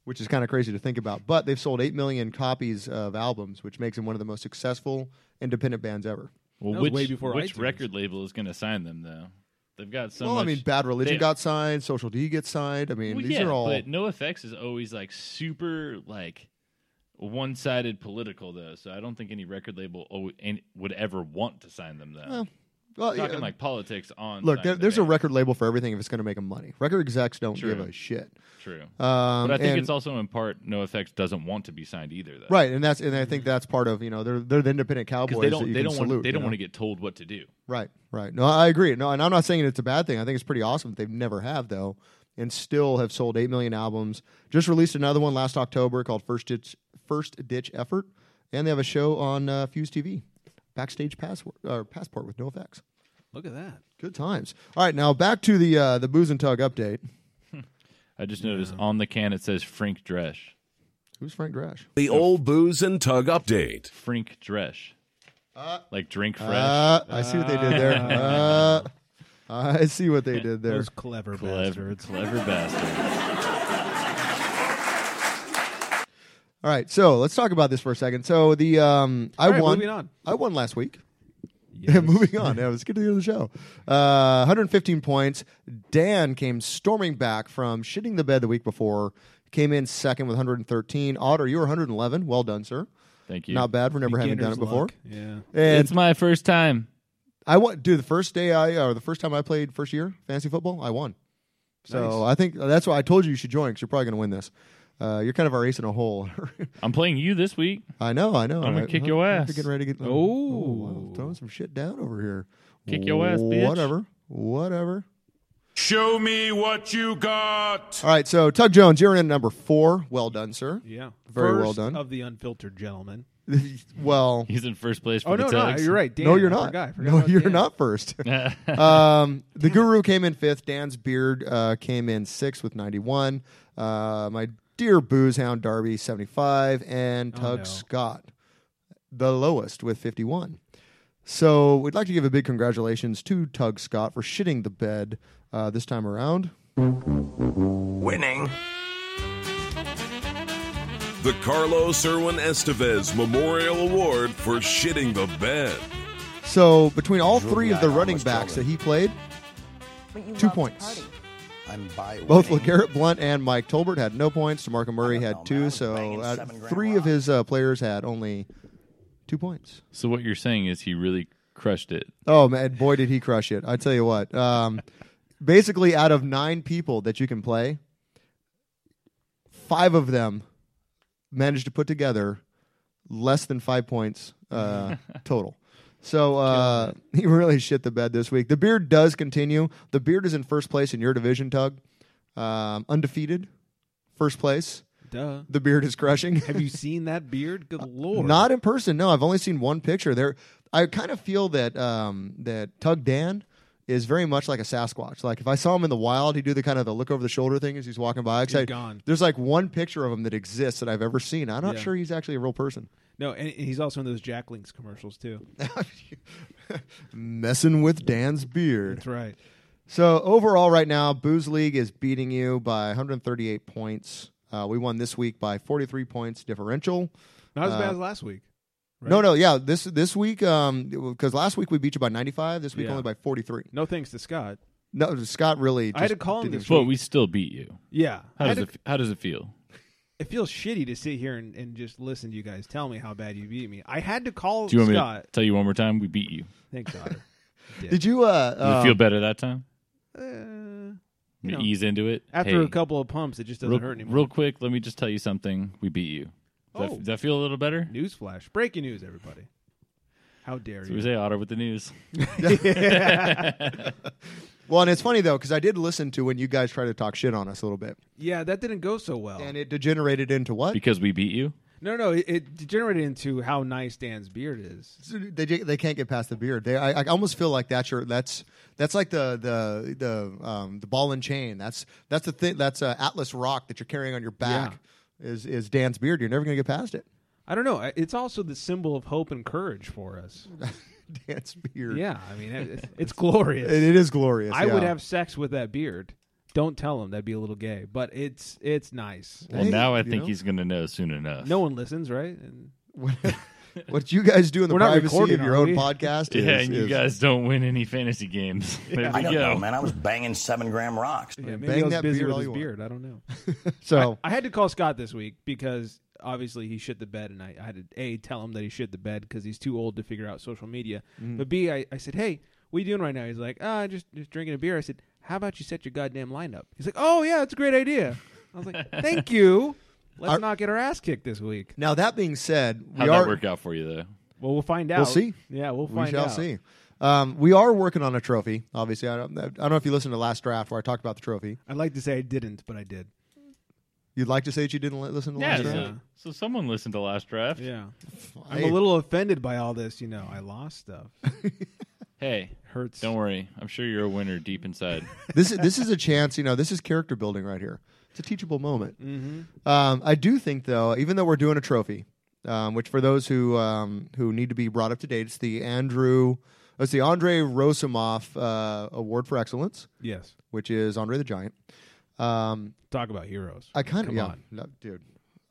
Speaker 3: which is kind of crazy to think about. But they've sold eight million copies of albums, which makes them one of the most successful independent bands ever.
Speaker 4: well,
Speaker 6: That was
Speaker 4: which,
Speaker 6: way before
Speaker 4: which
Speaker 6: iTunes.
Speaker 4: record label is going to sign them though? They've got so
Speaker 3: well,
Speaker 4: much.
Speaker 3: I mean, Bad Religion
Speaker 4: they-
Speaker 3: got signed, Social D gets signed. I mean,
Speaker 4: Well,
Speaker 3: these
Speaker 4: yeah,
Speaker 3: are all
Speaker 4: But No Effects is always like super like one-sided political though, so I don't think any record label o- an- would ever want to sign them though.
Speaker 3: Well, well,
Speaker 4: Talking
Speaker 3: yeah,
Speaker 4: like politics on.
Speaker 3: Look,
Speaker 4: signing
Speaker 3: there,
Speaker 4: the
Speaker 3: there's a
Speaker 4: band.
Speaker 3: record label for everything if it's going to make them money. Record execs don't
Speaker 4: True.
Speaker 3: give a shit.
Speaker 4: eh? True,
Speaker 3: Um,
Speaker 4: but I think
Speaker 3: and-
Speaker 4: it's also in part No Effects doesn't want to be signed either though.
Speaker 3: right, and that's and I think that's part of you know they're they're the independent cowboys
Speaker 4: Because
Speaker 3: that you
Speaker 4: Mm-hmm. they don't they
Speaker 3: can
Speaker 4: don't
Speaker 3: salute.
Speaker 4: want they
Speaker 3: you
Speaker 4: don't
Speaker 3: know?
Speaker 4: want to get told what to do.
Speaker 3: right, right. No, I agree. No, and I'm not saying it's a bad thing. I think it's pretty awesome that they've never have though, and still have sold eight million albums. Just released another one last October called First Ditch First Ditch Effort, and they have a show on uh, Fuse TV, Backstage Passport or Passport with no effects.
Speaker 6: Look at that.
Speaker 3: Good times. All right, now back to the uh, the booze and tug update.
Speaker 4: I just noticed on the can it says Frank Dresch.
Speaker 3: Who's Frank Drash?
Speaker 2: The old booze and tug update.
Speaker 4: Frank Dresch. like drink fresh.
Speaker 3: Uh, I see what they did there. Uh, <laughs> I see what they did there.
Speaker 6: Those clever
Speaker 4: clever,
Speaker 6: bastards.
Speaker 4: clever bastard.
Speaker 3: All right, so let's talk about this for a second. So the um, I
Speaker 6: All right,
Speaker 3: won.
Speaker 6: moving on.
Speaker 3: I won last week. <laughs>
Speaker 6: Yes.
Speaker 3: moving on. Yeah, let's get to the end of the show. Uh, 115 points. Dan came storming back from shitting the bed the week before. Came in second with 113. Otter, you were 111. Well done, sir.
Speaker 4: Thank you.
Speaker 3: Not bad for never having done
Speaker 6: Beginner's
Speaker 3: it before.
Speaker 6: luck. Yeah.
Speaker 3: And
Speaker 4: It's my first time.
Speaker 3: I won. Dude, the first day I or the first time I played first year fantasy football, I won. So I think that's why I told you you should join because you're probably going to win this. Uh, you're kind of our ace in a hole. <laughs>
Speaker 4: I'm playing you this week.
Speaker 3: I know, I know.
Speaker 4: I'm gonna
Speaker 3: I-
Speaker 4: kick your ass.
Speaker 3: You're getting ready to get.
Speaker 6: Oh.
Speaker 3: throwing some shit down over here.
Speaker 4: Kick your ass, bitch.
Speaker 3: Whatever, whatever.
Speaker 2: Show me what you got.
Speaker 3: All right, so Tug Jones, you're in at number four. Well done, sir.
Speaker 6: Yeah.
Speaker 3: Very well
Speaker 6: First
Speaker 3: done.
Speaker 6: Of the unfiltered gentleman.
Speaker 3: <laughs> well,
Speaker 4: He's in first place for
Speaker 6: Oh
Speaker 4: the
Speaker 6: no, no,
Speaker 4: tugs.
Speaker 6: you're right. Dan,
Speaker 3: no, you're
Speaker 6: I
Speaker 3: not.
Speaker 6: forgot. I forgot
Speaker 3: no,
Speaker 6: about
Speaker 3: you're
Speaker 6: Dan.
Speaker 3: not first.
Speaker 4: right.
Speaker 3: um, the Guru came in fifth. Dan's beard uh, came in sixth with 91. Uh, my dear booze hound Darby 75, and
Speaker 6: Oh,
Speaker 3: Tug
Speaker 6: no.
Speaker 3: Scott, the lowest with 51. So we'd like to give a big congratulations to Tug Scott for shitting the bed uh, this time around.
Speaker 8: Winning.
Speaker 2: The Carlos Irwin Estevez Memorial Award for shitting the bed.
Speaker 3: So between all
Speaker 10: Drew
Speaker 3: three of
Speaker 10: Mack
Speaker 3: the
Speaker 10: almost
Speaker 3: running
Speaker 10: killed
Speaker 3: backs
Speaker 10: him.
Speaker 3: that he played,
Speaker 11: But you
Speaker 3: Two
Speaker 11: love to
Speaker 3: points.
Speaker 11: party.
Speaker 10: I'm by
Speaker 3: both
Speaker 10: winning.
Speaker 3: LeGarrette Blunt and Mike Tolbert had no points. DeMarco Murray
Speaker 10: I don't
Speaker 3: had
Speaker 10: know,
Speaker 3: two.
Speaker 10: man. I was
Speaker 3: So
Speaker 10: banging
Speaker 3: uh,
Speaker 10: seven grand
Speaker 3: three of
Speaker 10: wide.
Speaker 3: his uh, players had only two points.
Speaker 4: so what you're saying is he really crushed it.
Speaker 3: Oh man, boy did he crush it! I tell you what. Um, basically, out of nine people that you can play, five of them managed to put together less than five points uh, total. So uh, <laughs> he really shit the bed this week. The beard does continue. The beard is in first place in your division, Tug. um, undefeated, first place.
Speaker 6: Duh.
Speaker 3: The beard is crushing.
Speaker 6: Have you seen that beard? Good lord.
Speaker 3: Not in person. No, I've only seen one picture. There, I kind of feel that um, that Tug Dan is very much like a Sasquatch. Like if I saw him in the wild, he'd do the kind of the look over the shoulder thing as he's walking by. Except
Speaker 6: gone.
Speaker 3: There's like one picture of him that exists that I've ever seen. I'm not
Speaker 6: Yeah.
Speaker 3: sure he's actually a real person. <laughs>
Speaker 6: No, and and he's also in those Jack Links commercials too.
Speaker 3: Messing with Dan's beard.
Speaker 6: That's right.
Speaker 3: So overall, right now, Booze League is beating you by 138 points. Uh, we won this week by 43 points differential.
Speaker 6: Not as
Speaker 3: Uh,
Speaker 6: bad as last week. right?
Speaker 3: No, no, yeah. This this week, um, because last week we beat you by 95. This week
Speaker 6: Yeah.
Speaker 3: only by 43.
Speaker 6: No thanks to Scott.
Speaker 3: No, Scott really.
Speaker 6: I
Speaker 3: Just
Speaker 6: had to call him
Speaker 3: didn't
Speaker 6: this
Speaker 3: even-
Speaker 4: But we still beat you.
Speaker 6: Yeah.
Speaker 4: How
Speaker 6: I
Speaker 4: does
Speaker 6: had
Speaker 4: it?
Speaker 6: to-
Speaker 4: f- How does it feel?
Speaker 6: it feels shitty to sit here and, and just listen to you guys tell me how bad you beat me. I had to call
Speaker 4: Do you want me
Speaker 6: Scott.
Speaker 4: to tell you one more time? We beat you.
Speaker 6: Thanks, Otter. <laughs>
Speaker 3: Did you? Uh,
Speaker 4: Does
Speaker 3: uh,
Speaker 4: it feel better that time?
Speaker 6: Uh,
Speaker 4: You
Speaker 6: you know,
Speaker 4: ease into it.
Speaker 6: after
Speaker 4: Hey,
Speaker 6: a couple of pumps, it just doesn't
Speaker 4: real,
Speaker 6: hurt anymore.
Speaker 4: real quick, let me just tell you something. We beat you. Does, that,
Speaker 6: Oh.
Speaker 4: does that feel a little better?
Speaker 6: Newsflash. Breaking news, everybody. How dare
Speaker 4: So we
Speaker 6: you?
Speaker 4: say Otter with the
Speaker 6: <laughs>
Speaker 4: news.
Speaker 3: um, <laughs> well, and it's funny though because I did listen to when you guys tried to talk shit on us a little bit,
Speaker 6: Yeah, that didn't go so well.
Speaker 3: and it degenerated into what?
Speaker 4: Because we beat you?
Speaker 6: no, no, it, it degenerated into how nice Dan's beard is.
Speaker 3: they they can't get past the beard. They I, I almost feel like that's your that's that's like the the the um the ball and chain. That's that's the thing. That's uh, Atlas rock that you're carrying on your back is is Dan's beard. You're never gonna get past it. <laughs>
Speaker 6: I don't know. I- It's also the symbol of hope and courage for us.
Speaker 3: Dan's beard.
Speaker 6: Yeah, I mean, it, it's- it's glorious.
Speaker 3: <laughs> it, it is glorious.
Speaker 6: I would
Speaker 3: yeah.
Speaker 6: have sex with that beard. Don't tell him that'd be a little gay, but it's it's nice.
Speaker 4: Well,
Speaker 3: Hey,
Speaker 4: now I
Speaker 3: you
Speaker 4: think
Speaker 3: know.
Speaker 4: he's going to know soon enough.
Speaker 6: No one listens, right? And
Speaker 3: <laughs> what you guys do in the
Speaker 6: We're not
Speaker 3: privacy
Speaker 6: recording,
Speaker 3: of your
Speaker 6: are
Speaker 3: own
Speaker 6: we?
Speaker 3: podcast. Is,
Speaker 4: <laughs> <laughs> Yeah, and you
Speaker 3: is-
Speaker 4: guys don't win any fantasy
Speaker 6: <laughs>
Speaker 4: games. There
Speaker 8: I
Speaker 4: we
Speaker 8: don't
Speaker 4: go.
Speaker 8: know, man. I was banging seven gram rocks.
Speaker 6: yeah, maybe
Speaker 3: bang
Speaker 6: I was
Speaker 3: that
Speaker 6: busy
Speaker 3: beard all
Speaker 6: with his
Speaker 3: you want.
Speaker 6: beard. I don't know.
Speaker 3: So
Speaker 6: I had to call Scott this week because obviously he shit the bed, and I, I had to a tell him that he shit the bed because he's too old to figure out social media.
Speaker 3: Mm-hmm.
Speaker 6: But b I, I said, hey, what you doing right now? He's like, ah, just just drinking a beer. I said, how about you set your goddamn lineup? He's like, oh yeah, that's a great idea. I
Speaker 3: <laughs>
Speaker 6: was like, thank you. Let's
Speaker 3: Our-
Speaker 6: not get our ass kicked this week.
Speaker 3: now that being said, we
Speaker 4: How'd
Speaker 3: are
Speaker 4: that work out for you, though?
Speaker 6: Well, we'll find out.
Speaker 3: We'll see.
Speaker 6: Yeah, we'll
Speaker 3: we
Speaker 6: find
Speaker 3: shall
Speaker 6: out.
Speaker 3: see. Um, we are working on a trophy. Obviously, I don't, I don't know if you listened to last draft where I talked about the trophy.
Speaker 6: I'd like to say I didn't, but I did.
Speaker 3: You'd like to say that you didn't li- listen to
Speaker 4: Yeah,
Speaker 3: last draft?
Speaker 4: so, so someone listened to last draft.
Speaker 6: Yeah. I'm
Speaker 3: Hey,
Speaker 6: a little offended by all this, you know. I
Speaker 3: <laughs>
Speaker 6: lost stuff.
Speaker 4: Hey,
Speaker 6: Hurts.
Speaker 4: don't worry. I'm sure you're a winner
Speaker 3: <laughs>
Speaker 4: deep inside.
Speaker 3: this is this is a chance. You know, this is character building right here. It's a teachable moment.
Speaker 4: Mm-hmm.
Speaker 3: Um, I do think, though, even though we're doing a trophy, um, which for those who um, who need to be brought up to date, it's the Andrew, it's the Andre Rosimov uh, Award for Excellence,
Speaker 6: Yes.
Speaker 3: which is Andre the Giant. Um,
Speaker 6: Talk about heroes.
Speaker 3: I kind of
Speaker 6: Come
Speaker 3: yeah,
Speaker 6: on.
Speaker 3: no, dude.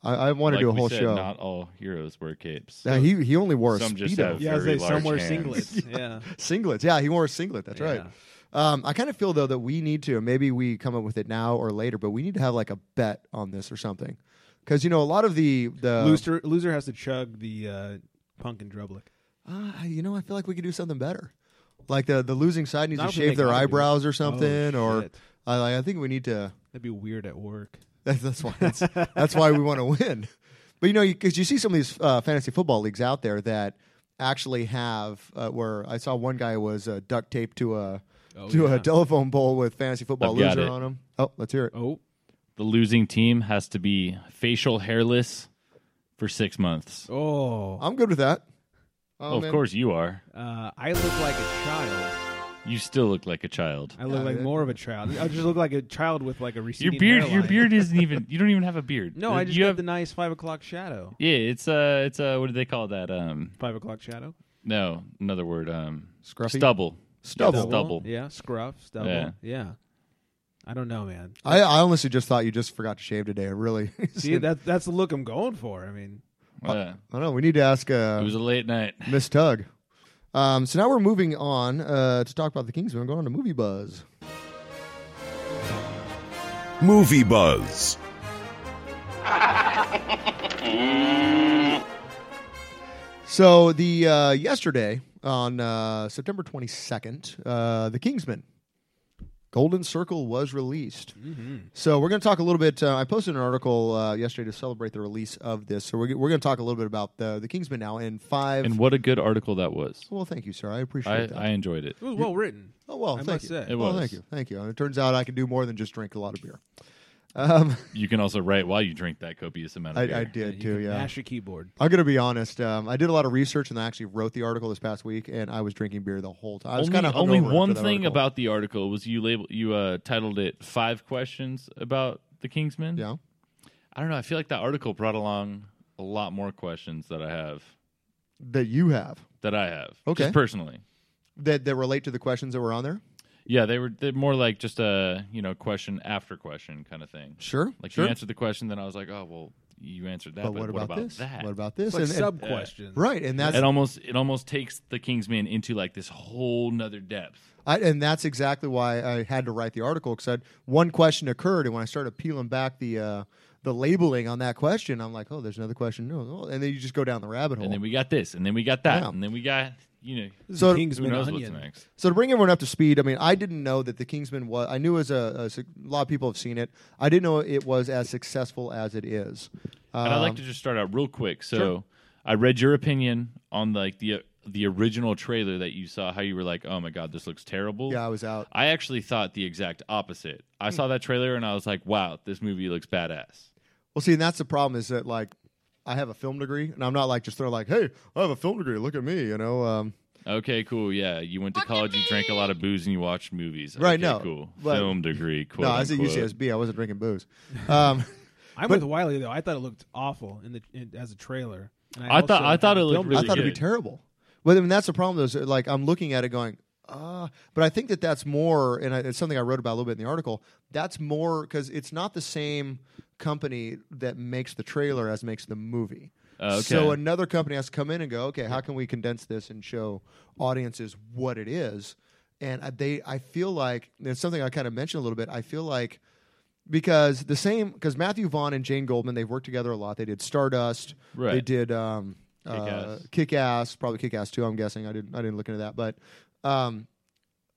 Speaker 3: I, I want to
Speaker 4: like
Speaker 3: do a
Speaker 4: we
Speaker 3: whole
Speaker 4: said,
Speaker 3: show.
Speaker 4: Not all heroes wear capes.
Speaker 3: Yeah, he he only wore a
Speaker 4: Some just
Speaker 3: speedo.
Speaker 4: have-
Speaker 6: Yeah, I was
Speaker 4: Very
Speaker 6: like
Speaker 4: large
Speaker 6: somewhere
Speaker 4: hands.
Speaker 6: singlets. yeah.
Speaker 3: Singlets. Yeah, he wore a singlet. That's right.
Speaker 6: Yeah.
Speaker 3: Um, I kind of feel though that we need to. Maybe we come up with it now or later, but we need to have like a bet on this or something, because you know a lot of the the
Speaker 6: loser loser has to chug the uh, pumpkin drublick.
Speaker 3: Ah, you know, I feel like we could do something better. Like the the losing side needs to
Speaker 6: Not if we
Speaker 3: shave
Speaker 6: make
Speaker 3: their
Speaker 6: out of it.
Speaker 3: eyebrows or something,
Speaker 6: Oh,
Speaker 3: or
Speaker 6: shit.
Speaker 3: I, like, I think we need to.
Speaker 6: That'd be weird at work.
Speaker 3: <laughs> That's, that's why. That's, that's why we want to win. But you know, because you, see some of these uh, fantasy football leagues out there that actually have uh, where I saw one guy was uh, duct taped to a to a telephone pole with fantasy football
Speaker 4: Oh, I've got
Speaker 3: loser
Speaker 4: it.
Speaker 3: on him. Oh, let's hear it.
Speaker 6: Oh,
Speaker 4: The losing team has to be facial hairless for six months.
Speaker 6: oh.
Speaker 3: I'm good with that.
Speaker 4: Oh, of
Speaker 3: man.
Speaker 4: course you are.
Speaker 6: Uh, I look like a child.
Speaker 4: You still look like a child.
Speaker 6: I look like
Speaker 3: that-
Speaker 6: more of a child. I just look like a child with like a
Speaker 4: Your
Speaker 6: receding
Speaker 4: beard, your
Speaker 3: <laughs>
Speaker 6: hairline.
Speaker 4: beard isn't even. You don't even have a beard.
Speaker 6: No,
Speaker 4: Uh,
Speaker 6: I just
Speaker 4: you
Speaker 6: got
Speaker 4: have.
Speaker 6: the nice five o'clock shadow.
Speaker 4: yeah, it's uh, it's uh, what do they call that? Um,
Speaker 6: Five o'clock shadow.
Speaker 4: no, another word. Um,
Speaker 3: Scruffy?
Speaker 4: stubble,
Speaker 3: Stubble.
Speaker 4: stubble.
Speaker 6: Yeah, scruff, stubble.
Speaker 4: Yeah.
Speaker 6: Yeah. I don't know, man.
Speaker 3: I, I honestly just thought you just forgot to shave today. Really. <laughs>
Speaker 6: See, that that's the look I'm going for. I mean,
Speaker 4: Uh,
Speaker 3: I don't know. We need to ask
Speaker 4: it
Speaker 3: uh,
Speaker 4: was a late night.
Speaker 3: Miss Tug. Um, so now we're moving on uh, to talk about the Kingsman. We're going on to Movie Buzz.
Speaker 2: Movie Buzz.
Speaker 3: So the uh, yesterday on uh, September 22nd, uh, the Kingsman Golden Circle was released.
Speaker 4: Mm-hmm.
Speaker 3: So we're going to talk a little bit. Uh, I posted an article uh, yesterday to celebrate the release of this. So we're, g- we're going to talk a little bit about the, the Kingsman now in five.
Speaker 4: And what a good article that was.
Speaker 3: well, thank you, sir. I appreciate
Speaker 4: I,
Speaker 3: that.
Speaker 4: I enjoyed it.
Speaker 6: It was well written.
Speaker 3: oh, well,
Speaker 6: I
Speaker 3: thank
Speaker 6: must
Speaker 3: you.
Speaker 6: say.
Speaker 4: It
Speaker 3: Well,
Speaker 4: was.
Speaker 3: thank you. Thank you. And it turns out I can do more than just drink a lot of beer.
Speaker 4: You can also write while you drink that copious amount of
Speaker 3: I,
Speaker 4: beer.
Speaker 3: I did,
Speaker 6: You
Speaker 3: too,
Speaker 6: can
Speaker 3: yeah.
Speaker 6: Mash your keyboard.
Speaker 3: I'm gonna be honest. Um, I did a lot of research, and I actually wrote the article this past week, and I was drinking beer the whole time. I was
Speaker 4: only,
Speaker 3: kind of
Speaker 4: only one thing about the article was you label you uh, titled it five questions about the Kingsman.
Speaker 3: yeah.
Speaker 4: I don't know. I feel like that article brought along a lot more questions that I have
Speaker 3: that you have
Speaker 4: that I have.
Speaker 3: Okay.
Speaker 4: just personally.
Speaker 3: that that relate to the questions that were on there.
Speaker 4: Yeah, they were they're more like just a you know question after question kind of thing.
Speaker 3: Sure,
Speaker 4: Like
Speaker 3: sure.
Speaker 4: you answered the question, then I was like, oh well, you answered that,
Speaker 3: but what about, this?
Speaker 4: that?
Speaker 3: What about this?
Speaker 6: It's like
Speaker 3: And- and-
Speaker 6: sub questions.
Speaker 3: right, and that's
Speaker 4: it almost it almost takes the Kingsman into like this whole nother depth.
Speaker 3: I, and that's exactly why I had to write the article because one question occurred, and when I started peeling back the uh, the labeling on that question, I'm like, oh, there's another question. No, no. and then you just go down the rabbit hole.
Speaker 4: And then we got this, and then we got that,
Speaker 3: Yeah.
Speaker 4: and then we got you know
Speaker 6: This is
Speaker 3: So-
Speaker 6: the Kingsman
Speaker 4: who knows
Speaker 6: onion.
Speaker 4: what's next.
Speaker 3: So to bring everyone up to speed, I mean, I didn't know that the Kingsman was. I knew as a, as a lot of people have seen it. I didn't know it was as successful as it is.
Speaker 4: and I'd
Speaker 3: Um,
Speaker 4: like to just start out real quick. So I read your opinion on like the the original trailer that you saw. How you were like, "Oh my god, this looks terrible."
Speaker 3: Yeah, I was Hmm. out.
Speaker 4: I actually thought the exact opposite. I saw that trailer and I was like, "Wow, this movie looks badass."
Speaker 3: Well, see, and that's the problem is that like I have a film degree, and I'm not like just throwing like, hey, I have a film degree. Look at me, you know. Um,
Speaker 4: Okay, cool. Yeah, you went to college, you drank a lot of booze, and you watched movies.
Speaker 3: Right,
Speaker 4: Okay,
Speaker 3: no,
Speaker 4: cool.
Speaker 3: but-
Speaker 4: Film degree. Quote,
Speaker 3: no, I was at
Speaker 4: unquote.
Speaker 3: UCSB. I wasn't drinking booze. Um, <laughs>
Speaker 6: I'm with Wiley though. I thought it looked awful in the in, as a trailer. And
Speaker 4: I thought-
Speaker 6: also
Speaker 4: I thought
Speaker 6: had
Speaker 4: it looked
Speaker 6: filmed
Speaker 4: really
Speaker 3: I thought it'd
Speaker 4: good.
Speaker 3: be terrible. But I mean, that's the problem. Though, is that, like I'm looking at it going, ah. But I think that that's more, and I, it's something I wrote about a little bit in the article. That's more because it's not the same company that makes the trailer as makes the movie.
Speaker 4: Oh, okay.
Speaker 3: So another company has to come in and go, okay, how can we condense this and show audiences what it is? And I- they, I feel like and it's something I kind of mentioned a little bit. I feel like because the same because Matthew Vaughn and Jane Goldman they've worked together a lot. They did Stardust. They
Speaker 4: Right.
Speaker 3: did um, uh,
Speaker 4: Kick-Ass.
Speaker 3: Kick Ass, probably Kick Ass too. I'm guessing. I didn't. I didn't look into that, but um,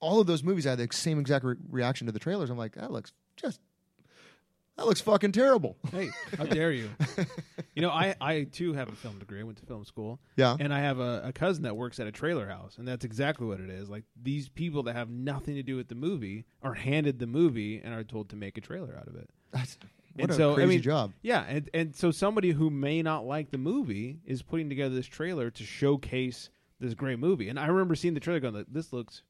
Speaker 3: all of those movies I had the same exact re- reaction to the trailers. I'm like, that looks just that looks fucking terrible. <laughs>
Speaker 6: Hey, <laughs> how dare you? you know, I, I too have a film degree. I went to film school.
Speaker 3: Yeah.
Speaker 6: And I have a, a cousin that works at a trailer house, and that's exactly what it is. Like these people that have nothing to do with the movie are handed the movie and are told to make a trailer out of it.
Speaker 3: That's what
Speaker 6: and
Speaker 3: a
Speaker 6: so
Speaker 3: crazy
Speaker 6: I mean,
Speaker 3: job.
Speaker 6: Yeah, and, and so somebody who may not like the movie is putting together this trailer to showcase this great movie. And I remember seeing the trailer going, like, "This looks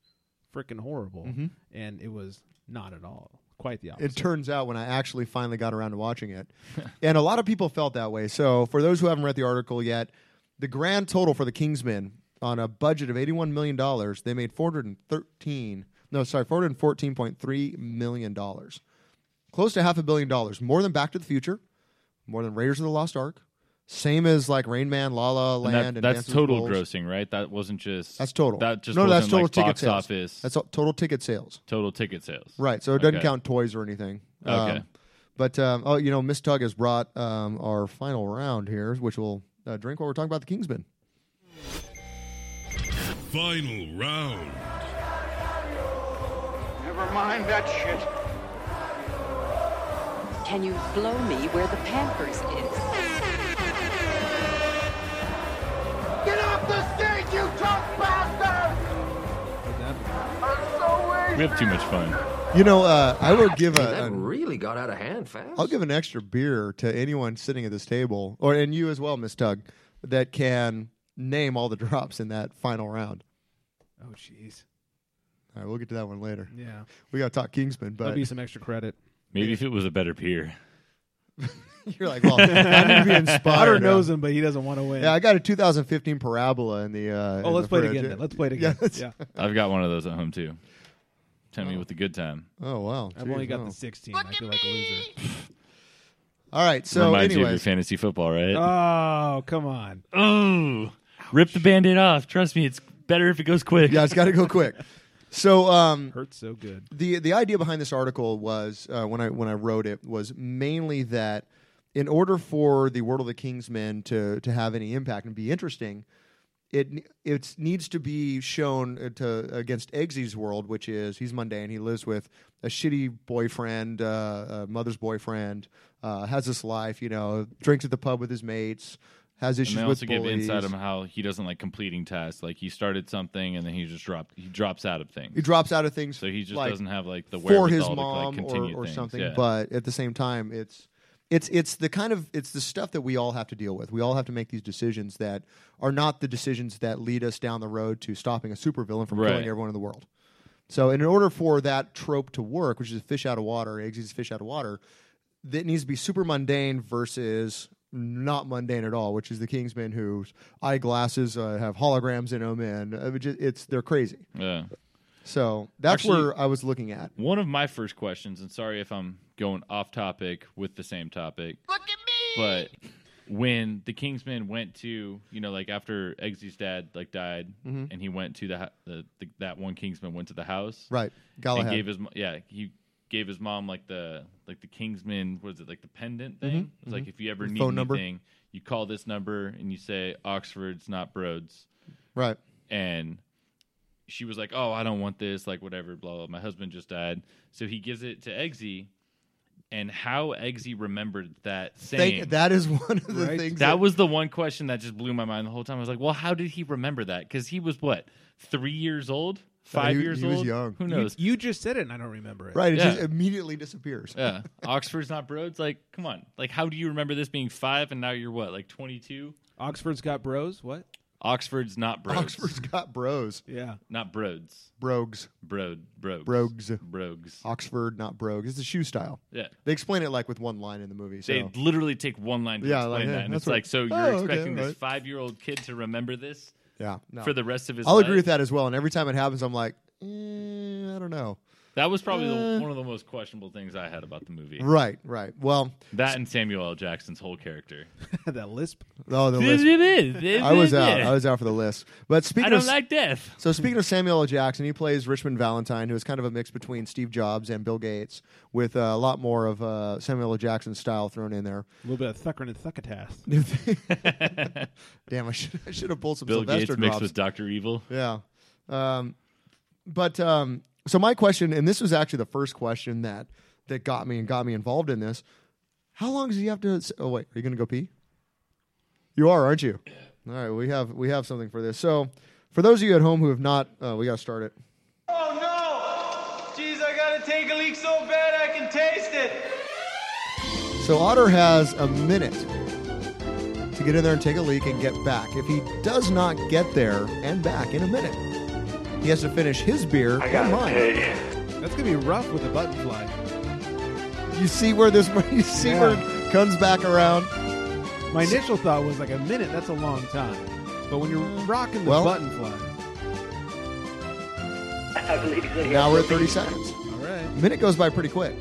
Speaker 6: freaking horrible," and it was not at all. Quite the opposite.
Speaker 3: Mm-hmm. It turns out when I actually finally got around to watching
Speaker 4: <laughs>
Speaker 3: it, and a lot of people felt that way. So for those who haven't read the article yet, the grand total for the Kingsmen on a budget of eighty-one million dollars, they made four hundred and thirteen. No, sorry, four hundred fourteen point three million dollars, close to half a billion dollars, more than Back to the Future, more than Raiders of the Lost Ark, same as like Rain Man, La La
Speaker 4: And
Speaker 3: Land,
Speaker 4: that-
Speaker 3: and
Speaker 4: that's
Speaker 3: Dances with
Speaker 4: total
Speaker 3: Wolves.
Speaker 4: grossing, right? That wasn't just
Speaker 3: That's total.
Speaker 4: That just
Speaker 3: no,
Speaker 4: wasn't
Speaker 3: that's total
Speaker 4: like
Speaker 3: ticket
Speaker 4: box
Speaker 3: sales.
Speaker 4: office.
Speaker 3: That's all- total ticket sales.
Speaker 4: total ticket sales.
Speaker 3: Right. So it doesn't
Speaker 4: Okay.
Speaker 3: count toys or anything.
Speaker 4: Okay.
Speaker 3: Um, but um, oh, you know, Miss Tug has brought um, our final round here, which we'll uh, drink while we're talking about the Kingsman.
Speaker 2: Final round.
Speaker 9: Never mind that shit.
Speaker 10: Can you blow me where the Pampers is?
Speaker 9: Get off the stage, you drunk bastard! I'm so weak.
Speaker 4: We have too much fun.
Speaker 3: You know, uh, I will give a.
Speaker 11: That
Speaker 3: an-
Speaker 11: really got out of hand fast.
Speaker 3: I'll give an extra beer to anyone sitting at this table, or and you as well, Miss Tug, that can name all the <laughs> drops in that final round.
Speaker 6: oh, jeez.
Speaker 3: All right, we'll get to that one later.
Speaker 6: Yeah.
Speaker 3: We got to talk Kingsman,
Speaker 6: That'd
Speaker 3: but <laughs>
Speaker 6: be some extra credit.
Speaker 4: Maybe if it was a better peer.
Speaker 3: you're like,
Speaker 6: <laughs>
Speaker 3: well, I need to be inspired.
Speaker 6: Potter knows
Speaker 3: huh?
Speaker 6: him, but he doesn't want to win.
Speaker 3: Yeah, I got a 2015 Parabola in the. Uh,
Speaker 6: oh,
Speaker 3: in
Speaker 6: let's
Speaker 3: the
Speaker 6: play it
Speaker 3: fridge.
Speaker 6: again. Then. Let's play it again.
Speaker 3: Yeah,
Speaker 6: Yeah,
Speaker 3: that's-
Speaker 4: I've got one of those at home too. Tell me with the good time.
Speaker 3: Oh wow,
Speaker 6: I've only
Speaker 3: Jeez,
Speaker 6: got
Speaker 3: wow.
Speaker 6: the 16. I feel like a loser.
Speaker 3: All right, so
Speaker 4: Reminds you of your
Speaker 3: anyways, Uh,
Speaker 4: fantasy football, right?
Speaker 6: Oh, come on.
Speaker 4: oh, rip the band-aid off. Trust me, it's better if it goes quick.
Speaker 3: yeah, it's got to go quick. So um,
Speaker 6: <laughs> Hurts so good.
Speaker 3: the the idea behind this article was uh, when I when I wrote it was mainly that in order for the World of the Kingsmen to to have any impact and be interesting, it it needs to be shown uh, to against Eggsy's world, which is he's mundane. He lives with a shitty boyfriend, uh, uh, mother's boyfriend, uh, has this life, you know, drinks at the pub with his mates, has issues
Speaker 4: And they
Speaker 3: with
Speaker 4: also give
Speaker 3: bullies.
Speaker 4: insight on how he doesn't like completing tasks. Like he started something and then he just dropped. He drops out of things.
Speaker 3: he drops out of things.
Speaker 4: So he just
Speaker 3: like,
Speaker 4: doesn't have like the
Speaker 3: for
Speaker 4: wherewithal
Speaker 3: his
Speaker 4: to like
Speaker 3: mom or,
Speaker 4: continue
Speaker 3: or
Speaker 4: things.
Speaker 3: something.
Speaker 4: Yeah.
Speaker 3: But at the same time, it's it's it's the kind of it's the stuff that we all have to deal with. We all have to make these decisions that are not the decisions that lead us down the road to stopping a supervillain from
Speaker 4: Right.
Speaker 3: killing everyone in the world. So, in order for that trope to work, which is fish out of water, eggs is fish out of water, that needs to be super mundane versus not mundane at all, which is the Kingsmen whose eyeglasses uh, have holograms in them, and uh, it ju- it's they're crazy.
Speaker 4: yeah.
Speaker 3: So that's
Speaker 4: Actually-
Speaker 3: where I was looking at.
Speaker 4: One of my first questions, and sorry if I'm going off topic with the same topic. Look at me. But when the Kingsmen went to, you know, like after Eggsy's dad like died,
Speaker 3: Mm-hmm.
Speaker 4: and he went to the, ho- the, the that one Kingsman went to the house,
Speaker 3: Right, Galahad.
Speaker 4: and gave his mo- yeah he gave his mom like the like the Kingsman what is it like the pendant thing? It's like if you ever
Speaker 3: The
Speaker 4: need
Speaker 3: Mm-hmm, phone number.
Speaker 4: anything, you call this number and you say Oxford's not Broad's
Speaker 3: right.
Speaker 4: and she was like, "Oh, I don't want this, like whatever, blah blah." My husband just died, so he gives it to Eggsy, and how Eggsy remembered that saying.
Speaker 3: Thank, that is <laughs> one of the
Speaker 6: Right.
Speaker 3: things
Speaker 4: that was the one question that just blew my mind the whole time. I was like, "Well, how did he remember that?" Because he was what three years old, five
Speaker 3: Uh, he-
Speaker 4: years
Speaker 3: he
Speaker 4: old.
Speaker 3: was young.
Speaker 4: Who
Speaker 6: You-
Speaker 4: knows?
Speaker 6: You, just said it, and I don't remember it.
Speaker 3: right. It
Speaker 4: Yeah.
Speaker 3: just immediately disappears.
Speaker 4: yeah, Oxford's not Broad's. Like, come on. Like, how do you remember this being five and now you're what, like twenty two?
Speaker 6: Oxford's got bros. What?
Speaker 4: Oxford's not Broad's.
Speaker 3: Oxford's got bros,
Speaker 6: Yeah.
Speaker 4: not Broad's.
Speaker 3: brogues,
Speaker 4: Broad, brogues,
Speaker 3: Brogues.
Speaker 4: brogues.
Speaker 3: Oxford, not brogues. It's a shoe style.
Speaker 4: Yeah.
Speaker 3: They explain it like with one line in the movie. So
Speaker 4: They literally take one line to
Speaker 3: Yeah,
Speaker 4: explain
Speaker 3: like, yeah,
Speaker 4: that, and
Speaker 3: that's
Speaker 4: it's
Speaker 3: what-
Speaker 4: like, so you're
Speaker 3: Oh, okay,
Speaker 4: expecting this
Speaker 3: right.
Speaker 4: five-year-old kid to remember this
Speaker 3: yeah, no.
Speaker 4: for the rest of his
Speaker 3: I'll
Speaker 4: life?
Speaker 3: agree with that as well. And every time it happens, I'm like, eh, I don't know.
Speaker 4: That was probably
Speaker 3: Uh,
Speaker 4: the, one of the most questionable things I had about the movie.
Speaker 3: Right, right. Well,
Speaker 4: That and Samuel L. Jackson's whole character.
Speaker 6: <laughs> that lisp.
Speaker 3: oh, the list. I was out. I was out for the list. But speaking
Speaker 4: I don't
Speaker 3: of
Speaker 4: like death.
Speaker 3: So speaking of Samuel L. Jackson, he plays Richmond Valentine, who is kind of a mix between Steve Jobs and Bill Gates, with uh, a lot more of uh, Samuel L. Jackson style thrown in
Speaker 4: <laughs>
Speaker 3: there.
Speaker 6: A little bit of thuckering and thuckatass.
Speaker 3: Damn, I should, I should have pulled some
Speaker 4: Bill
Speaker 3: Sylvester
Speaker 4: Gates mixed
Speaker 3: drops.
Speaker 4: with Doctor Evil.
Speaker 3: Yeah. Um, but um, so my question, and this was actually the first question that that got me and got me involved in this. How long does he have to? s- Oh wait, are you going to go pee? You are, aren't you? All right, we have we have something for this. So for those of you at home who have not, uh, we got to start it.
Speaker 9: Oh no! Jeez, I gotta take a leak so bad I can taste it.
Speaker 3: So Otter has a minute to get in there and take a leak and get back. If he does not get there and back in a minute, he has to finish his beer and mine.
Speaker 6: <laughs> That's gonna be rough with a button fly.
Speaker 3: You see where this <laughs> you see
Speaker 6: Yeah.
Speaker 3: where it comes back around.
Speaker 6: My initial thought was like a minute. That's a long time. But when you're rocking the
Speaker 3: Well-
Speaker 6: button fly,
Speaker 3: Now we're at 30 seconds.
Speaker 6: all right.
Speaker 3: Minute goes by pretty quick.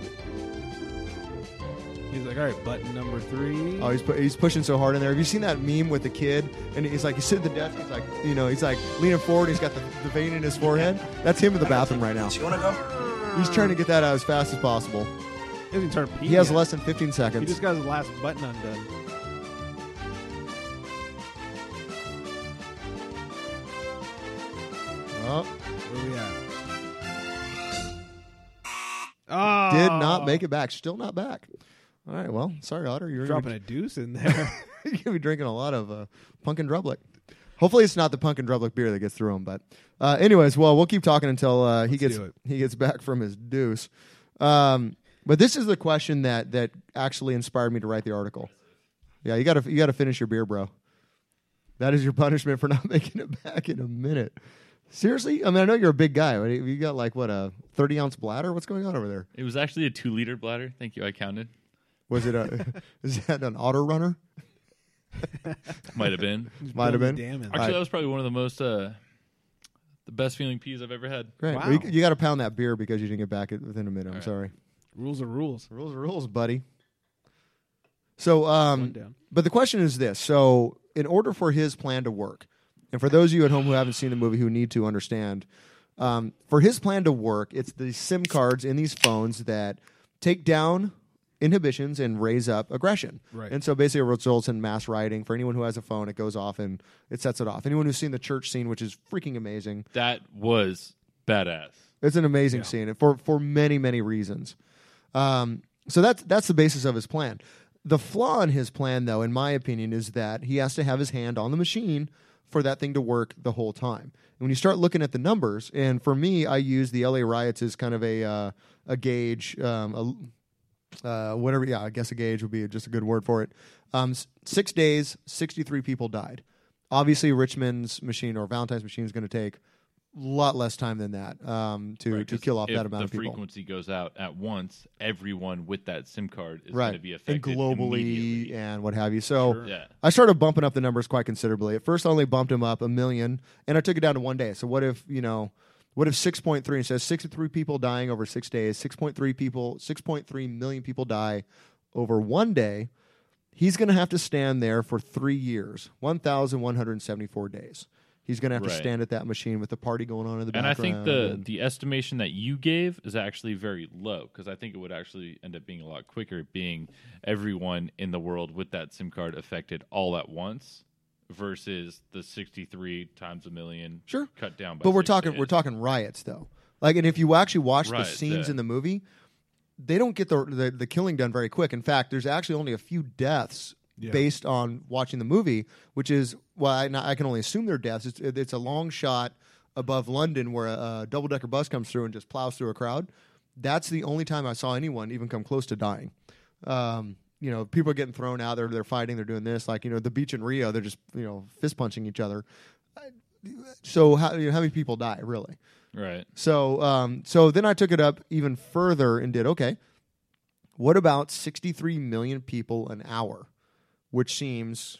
Speaker 6: He's like, all right, button number three.
Speaker 3: Oh, he's pu- he's pushing so hard in there. Have you seen that meme with the kid? And he's like, he's sitting at the desk. He's like, you know, he's like leaning forward. He's got the, the vein in his forehead. That's him in the bathroom right now.
Speaker 8: So you want to go?
Speaker 3: He's trying to get that out as fast as possible.
Speaker 6: he hasn't turned pee
Speaker 3: He has
Speaker 6: yet.
Speaker 3: less than 15
Speaker 6: He
Speaker 3: seconds.
Speaker 6: just got his last button undone.
Speaker 3: Oh,
Speaker 6: Where we at?
Speaker 3: did
Speaker 6: Oh.
Speaker 3: not make it back. Still not back. All right. Well, sorry, Otter. You're
Speaker 6: Dropping a deuce in <laughs> there.
Speaker 3: <laughs> You're gonna be drinking a lot of uh, pumpkin drublick. Hopefully, it's not the pumpkin drublick beer that gets through him. But, uh, anyways, well, we'll keep talking until uh, he
Speaker 6: Let's
Speaker 3: gets
Speaker 6: do it.
Speaker 3: he gets back from his deuce. Um, but this is the question that that actually inspired me to write the article. Yeah, you gotta you gotta finish your beer, bro. That is your punishment for <laughs> not making it back in a minute. Seriously, I mean, I know you're a big guy. But you got like what a thirty ounce bladder? What's going on over there?
Speaker 4: It was actually a two-liter bladder. Thank you. I counted.
Speaker 3: Was it a <laughs> is that an auto runner?
Speaker 4: Might
Speaker 3: <laughs>
Speaker 4: have been.
Speaker 3: Might have been.
Speaker 6: Damn it.
Speaker 4: Actually,
Speaker 3: right.
Speaker 4: that was probably one of the most, uh, the best feeling peas I've ever had.
Speaker 3: Great.
Speaker 6: Wow.
Speaker 3: Well, you got to pound that beer because you didn't get back it within a minute. I'm sorry.
Speaker 6: Rules are rules.
Speaker 3: Rules are rules, buddy. So,
Speaker 6: One
Speaker 3: um,
Speaker 6: down.
Speaker 3: but the question is this: so, in order for his plan to work, and for those of you at home who haven't seen the movie who need to understand, um, for his plan to work, it's the SIM cards in these phones that take down inhibitions and raise up aggression.
Speaker 6: Right.
Speaker 3: And so basically it results in mass rioting. For anyone who has a phone, it goes off and it sets it off. Anyone who's seen the church scene, which is freaking amazing,
Speaker 4: That was badass.
Speaker 3: it's an amazing scene and for for many many reasons. Um, so that's that's the basis of his plan. The flaw in his plan, though, in my opinion, is that he has to have his hand on the machine for that thing to work the whole time. And when you start looking at the numbers, and for me, I use the LA riots as kind of a uh, a gauge, um, a uh, whatever. Yeah, I guess a gauge would be just a good word for it. Um, s- six days, 63 people died. Obviously, Richmond's machine or Valentine's machine is going to take a lot less time than that um, to, to
Speaker 4: 'Cause
Speaker 3: kill off
Speaker 4: if
Speaker 3: that amount
Speaker 4: the
Speaker 3: of people.
Speaker 4: frequency goes out at once, everyone with that SIM card is going to
Speaker 3: Right.
Speaker 4: be
Speaker 3: And
Speaker 4: affected
Speaker 3: globally
Speaker 4: immediately.
Speaker 3: and what have you. So
Speaker 4: Yeah.
Speaker 3: I started bumping up the numbers quite considerably. At first, I only bumped them up a million, and I took it down to one day. So what if you know, what if six point three? It says sixty-three people dying over six days. Six point three people, six point three million people die over one day. He's going to have to stand there for three years, one thousand one hundred seventy-four days. He's going to have to
Speaker 4: Right.
Speaker 3: stand at that machine with the party going on in the
Speaker 4: And I
Speaker 3: background.
Speaker 4: think the,
Speaker 3: and-
Speaker 4: the estimation that you gave is actually very low because I think it would actually end up being a lot quicker being everyone in the world with that SIM card affected all at once versus the 63 times a million
Speaker 3: Sure.
Speaker 4: cut down by
Speaker 3: but we're
Speaker 4: six
Speaker 3: talking
Speaker 4: days.
Speaker 3: we're talking riots though like and if you actually watch the
Speaker 4: Right,
Speaker 3: scenes
Speaker 4: yeah.
Speaker 3: in the movie they don't get the, the the killing done very quick in fact there's actually only a few deaths based on watching the movie which is well i, I can only assume they're deaths it's, it's a long shot above london where a, a double decker bus comes through and just plows through a crowd that's the only time i saw anyone even come close to dying um, you know, people are getting thrown out. They're they're fighting. They're doing this. Like you know, the beach in Rio, they're just you know fist punching each other. So how you know, how many people die really?
Speaker 4: right
Speaker 3: So um, so then I took it up even further and did okay. What about 63 million people an hour, which seems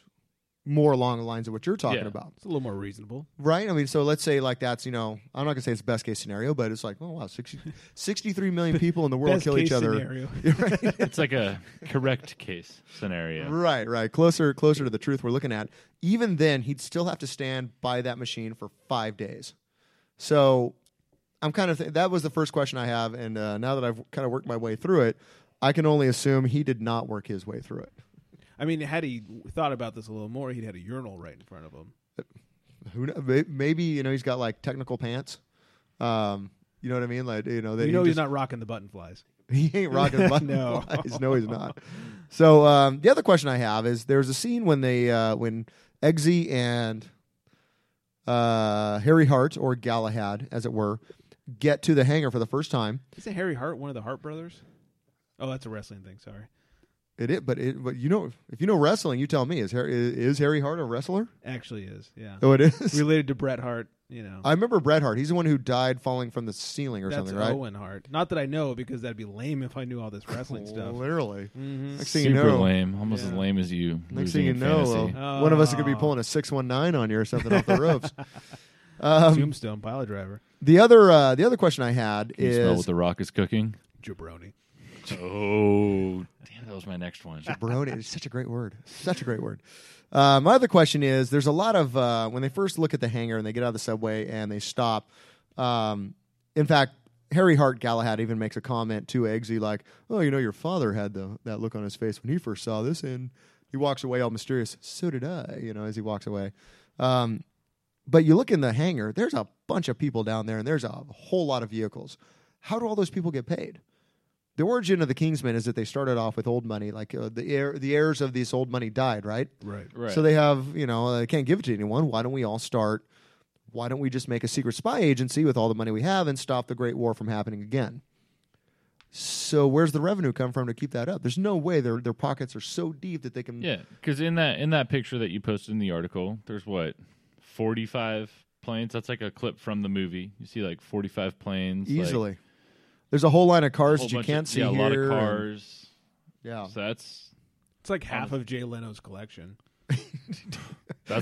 Speaker 3: more along the lines of what you're talking
Speaker 4: Yeah.
Speaker 3: about,
Speaker 6: It's a little more reasonable.
Speaker 3: right? I mean, so let's say like that's you know I'm not gonna say it's best case scenario, but it's like oh wow, 60, 63 million people in the world
Speaker 6: Best
Speaker 3: kill
Speaker 6: case
Speaker 3: each other. <laughs>
Speaker 6: scenario.
Speaker 4: it's like a correct case scenario
Speaker 3: Right, right. Closer, closer to the truth we're looking at. Even then, he'd still have to stand by that machine for five days. So, I'm kind of th- that was the first question I have, and uh, now that I've kind of worked my way through it, I can only assume he did not work his way through it.
Speaker 6: I mean, had he thought about this a little more, he'd had a urinal right in front of him.
Speaker 3: Who kn- may- Maybe you know he's got like technical pants. Um, you know what I mean? Like you know that
Speaker 6: We
Speaker 3: he
Speaker 6: know he's
Speaker 3: just-
Speaker 6: not rocking the button flies.
Speaker 3: <laughs> He ain't rocking button
Speaker 6: <laughs> No.
Speaker 3: <laughs> flies. No, he's not. So um, the other question I have is: there's a scene when they uh, when Eggsy and uh, Harry Hart or Galahad, as it were, get to the hangar for the first time.
Speaker 6: Is it Harry Hart, one of the Hart brothers? Oh, that's a wrestling thing. Sorry,
Speaker 3: It, it but it but you know if you know wrestling, you tell me is Harry is, is Harry Hart a wrestler? <laughs>
Speaker 6: actually is. Yeah,
Speaker 3: Oh, it is.
Speaker 6: related to Bret Hart. You know,
Speaker 3: I remember Bret Hart. He's the one who died falling from the ceiling or
Speaker 6: that's
Speaker 3: something, right?
Speaker 6: Owen Hart. Not that I know, because that'd be lame if I knew all this wrestling stuff.
Speaker 3: Literally.
Speaker 6: Mm-hmm.
Speaker 3: Next thing
Speaker 4: super
Speaker 3: you know,
Speaker 4: lame almost as
Speaker 6: Yeah.
Speaker 4: lame as you
Speaker 3: Next
Speaker 4: losing
Speaker 3: thing you
Speaker 4: in
Speaker 3: know,
Speaker 4: fantasy.
Speaker 3: uh, one of us is
Speaker 6: Oh.
Speaker 3: going to be pulling a six one nine on you or something off the
Speaker 6: <laughs>
Speaker 3: ropes. Um,
Speaker 6: Tombstone pile driver,
Speaker 3: The other uh, the other question I had
Speaker 4: Can you smell
Speaker 3: is
Speaker 4: what the rock is cooking
Speaker 6: jabroni.
Speaker 4: oh damn that was my next one
Speaker 3: jabroni. It's such a great word. Such a great word. Uh, my other question is: There's a lot of uh, when they first look at the hangar and they get out of the subway and they stop. Um, in fact, Harry Hart Galahad even makes a comment to Eggsy like, "Oh, you know, your father had the, that look on his face when he first saw this," and he walks away all mysterious. So did I, you know, as he walks away. Um, But you look in the hangar, there's a bunch of people down there and there's a whole lot of vehicles. How do all those people get paid? The origin of the Kingsmen is that they started off with old money, like uh, the heir, the heirs of this old money died, right?
Speaker 6: Right.
Speaker 4: right
Speaker 3: So they have, you know, uh, they can't give it to anyone. Why don't we all start? Why don't we just make a secret spy agency with all the money we have and stop the Great War from happening again? So where's the revenue come from to keep that up? There's no way their their pockets are so deep that they can.
Speaker 4: <laughs> Yeah, because in that in that picture that you posted in the article, there's what forty five planes. That's like a clip from the movie. You see like forty five planes like,
Speaker 3: easily. There's a whole line of
Speaker 4: a
Speaker 3: cars
Speaker 4: whole
Speaker 3: that you
Speaker 4: bunch
Speaker 3: can't
Speaker 4: of,
Speaker 3: see
Speaker 4: Yeah,
Speaker 3: here.
Speaker 4: a lot of
Speaker 3: and- Oh.
Speaker 4: cars.
Speaker 3: yeah.
Speaker 4: So that's
Speaker 6: It's like half of Jay Leno's collection.
Speaker 4: that's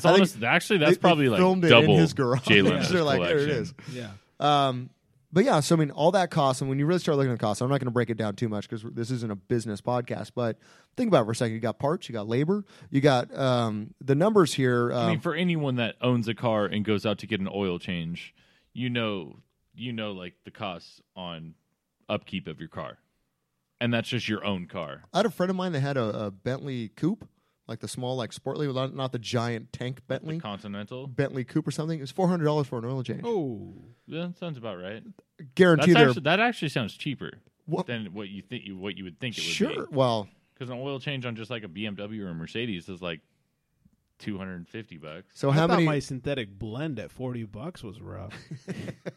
Speaker 3: I think
Speaker 4: almost actually that's
Speaker 3: They- they
Speaker 4: probably like
Speaker 3: filmed it
Speaker 4: double
Speaker 3: in his garage.
Speaker 4: Jay Leno's
Speaker 3: <laughs> They're like, there it
Speaker 4: collection.
Speaker 3: is. <laughs>
Speaker 6: Yeah.
Speaker 3: Um, but yeah, so I mean, all that costs, and when you really start looking at the costs, I'm not going to break it down too much because this isn't a business podcast. But think about it for a second. You got parts, you got labor, you got um, the numbers here. Um,
Speaker 4: I mean, for anyone that owns a car and goes out to get an oil change, you know, you know, like the costs on upkeep of your car. and that's just your own car.
Speaker 3: I had a friend of mine that had a, a Bentley coupe, like the small, like sportly, not, not the giant tank Bentley,
Speaker 4: Continental.
Speaker 3: Bentley coupe or something. It was four hundred dollars for an oil change.
Speaker 6: Oh,
Speaker 4: Yeah, that sounds about right. That's
Speaker 3: Guarantee they're
Speaker 4: actually, that actually sounds cheaper
Speaker 3: What-
Speaker 4: than what you think you what you would think it would be.
Speaker 3: sure. Well,
Speaker 4: Because an oil change on just like a BMW or a Mercedes is like two hundred and fifty bucks.
Speaker 3: so
Speaker 6: I
Speaker 3: how
Speaker 6: thought
Speaker 3: many?
Speaker 6: my synthetic blend at forty bucks
Speaker 3: <laughs>
Speaker 6: was rough.
Speaker 3: I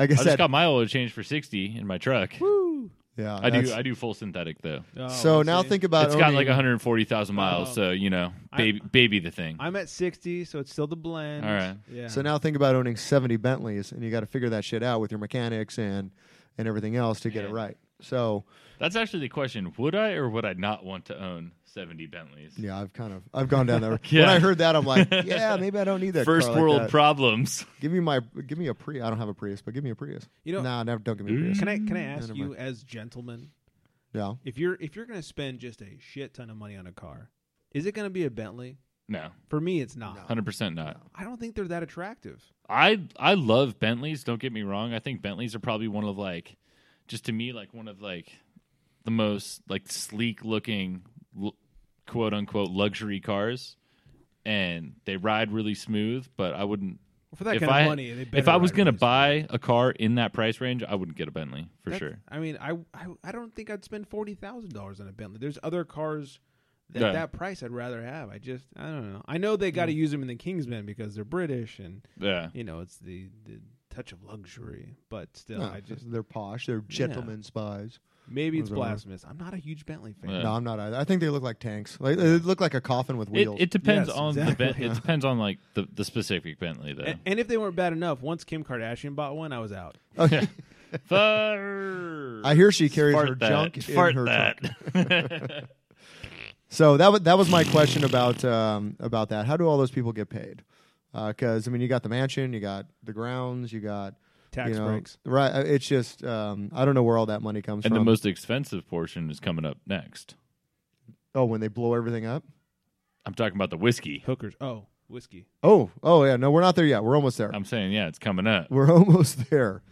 Speaker 4: I
Speaker 3: guess
Speaker 4: just
Speaker 3: that.
Speaker 4: got my oil change for sixty in my truck.
Speaker 6: Woo.
Speaker 3: yeah,
Speaker 4: I do
Speaker 3: that's-
Speaker 4: I do full synthetic though.
Speaker 6: Oh,
Speaker 3: so
Speaker 6: let's
Speaker 3: now
Speaker 6: see.
Speaker 3: think about
Speaker 4: it's got
Speaker 3: owning-
Speaker 4: like one hundred forty thousand miles,
Speaker 6: Oh.
Speaker 4: so you know,
Speaker 6: I-
Speaker 4: baby baby the thing.
Speaker 6: I'm at sixty, so it's still the blend.
Speaker 4: All right.
Speaker 6: Yeah.
Speaker 3: So now think about owning 70 Bentleys, and you got to figure that shit out with your mechanics and and everything else to get it
Speaker 4: Yeah.
Speaker 3: right. So
Speaker 4: That's actually the question: Would I or would I not want to own seventy Bentleys?
Speaker 3: yeah, I've kind of I've gone down that. road. When
Speaker 4: Yeah.
Speaker 3: I heard that, I'm like, yeah, maybe I don't need that.
Speaker 4: First
Speaker 3: car like
Speaker 4: world
Speaker 3: that.
Speaker 4: problems. <laughs>
Speaker 3: Give me my give me a Prius. I don't have a Prius, but give me a Prius.
Speaker 6: You know- Mm.
Speaker 3: nah, never, don't give me a Prius.
Speaker 6: can I can I ask
Speaker 3: never
Speaker 6: you
Speaker 3: mind.
Speaker 6: as gentlemen,
Speaker 3: Yeah,
Speaker 6: if you're if you're gonna spend just a shit ton of money on a car, is it gonna be a Bentley?
Speaker 4: No,
Speaker 6: For me, it's not.
Speaker 4: hundred percent not.
Speaker 6: I don't think they're that attractive.
Speaker 4: I I love Bentleys. Don't get me wrong. I think Bentleys are probably one of like, just to me, like one of like the most like sleek looking, l- quote unquote luxury cars, and they ride really smooth. But I wouldn't.
Speaker 6: For that
Speaker 4: if
Speaker 6: kind
Speaker 4: I
Speaker 6: of money, they
Speaker 4: if
Speaker 6: better
Speaker 4: I was
Speaker 6: ride
Speaker 4: gonna
Speaker 6: really smooth.
Speaker 4: buy a car in that price range, I wouldn't get a Bentley for
Speaker 6: That's-
Speaker 4: sure.
Speaker 6: I mean, I I, I don't think I'd spend forty thousand dollars on a Bentley. There's other cars that
Speaker 4: Yeah.
Speaker 6: that price I'd rather have. I just I don't know. I know they got to use them in the Kingsmen because they're British and
Speaker 4: Yeah.
Speaker 6: you know it's the the touch of luxury. But still,
Speaker 3: no,
Speaker 6: I just
Speaker 3: they're posh. They're gentlemen spies.
Speaker 6: maybe it's
Speaker 3: Those are-
Speaker 6: blasphemous. I'm not a huge Bentley fan.
Speaker 4: Yeah.
Speaker 3: No, I'm not either. I think they look like tanks. Like they look like a coffin with
Speaker 4: It,
Speaker 3: wheels.
Speaker 4: it depends
Speaker 6: Yes,
Speaker 4: on the
Speaker 6: exactly.
Speaker 4: ben- it depends on like the, the specific Bentley
Speaker 6: <laughs>
Speaker 4: though.
Speaker 6: A- and if they weren't bad enough, once Kim Kardashian bought one, I was out.
Speaker 3: Okay.
Speaker 4: Fart.
Speaker 3: I hear she carries
Speaker 4: Fart
Speaker 3: her
Speaker 4: that.
Speaker 3: junk in
Speaker 4: Fart
Speaker 3: her
Speaker 4: that.
Speaker 3: trunk.
Speaker 4: <laughs>
Speaker 3: So that was that was my question about um, about that. How do all those people get paid? Because I mean, you got the mansion, you got the grounds, you got
Speaker 6: Tax
Speaker 3: you know,
Speaker 6: breaks.
Speaker 3: right? uh, It's just um, I don't know where all that money comes
Speaker 4: and
Speaker 3: from.
Speaker 4: the most expensive portion is coming up next.
Speaker 3: oh, when they blow everything up.
Speaker 4: I'm talking about the whiskey.
Speaker 6: Hookers. Oh, whiskey.
Speaker 3: Oh, oh yeah, no, we're not there yet. We're almost there.
Speaker 4: I'm saying, yeah, it's coming up.
Speaker 3: we're <laughs> almost there.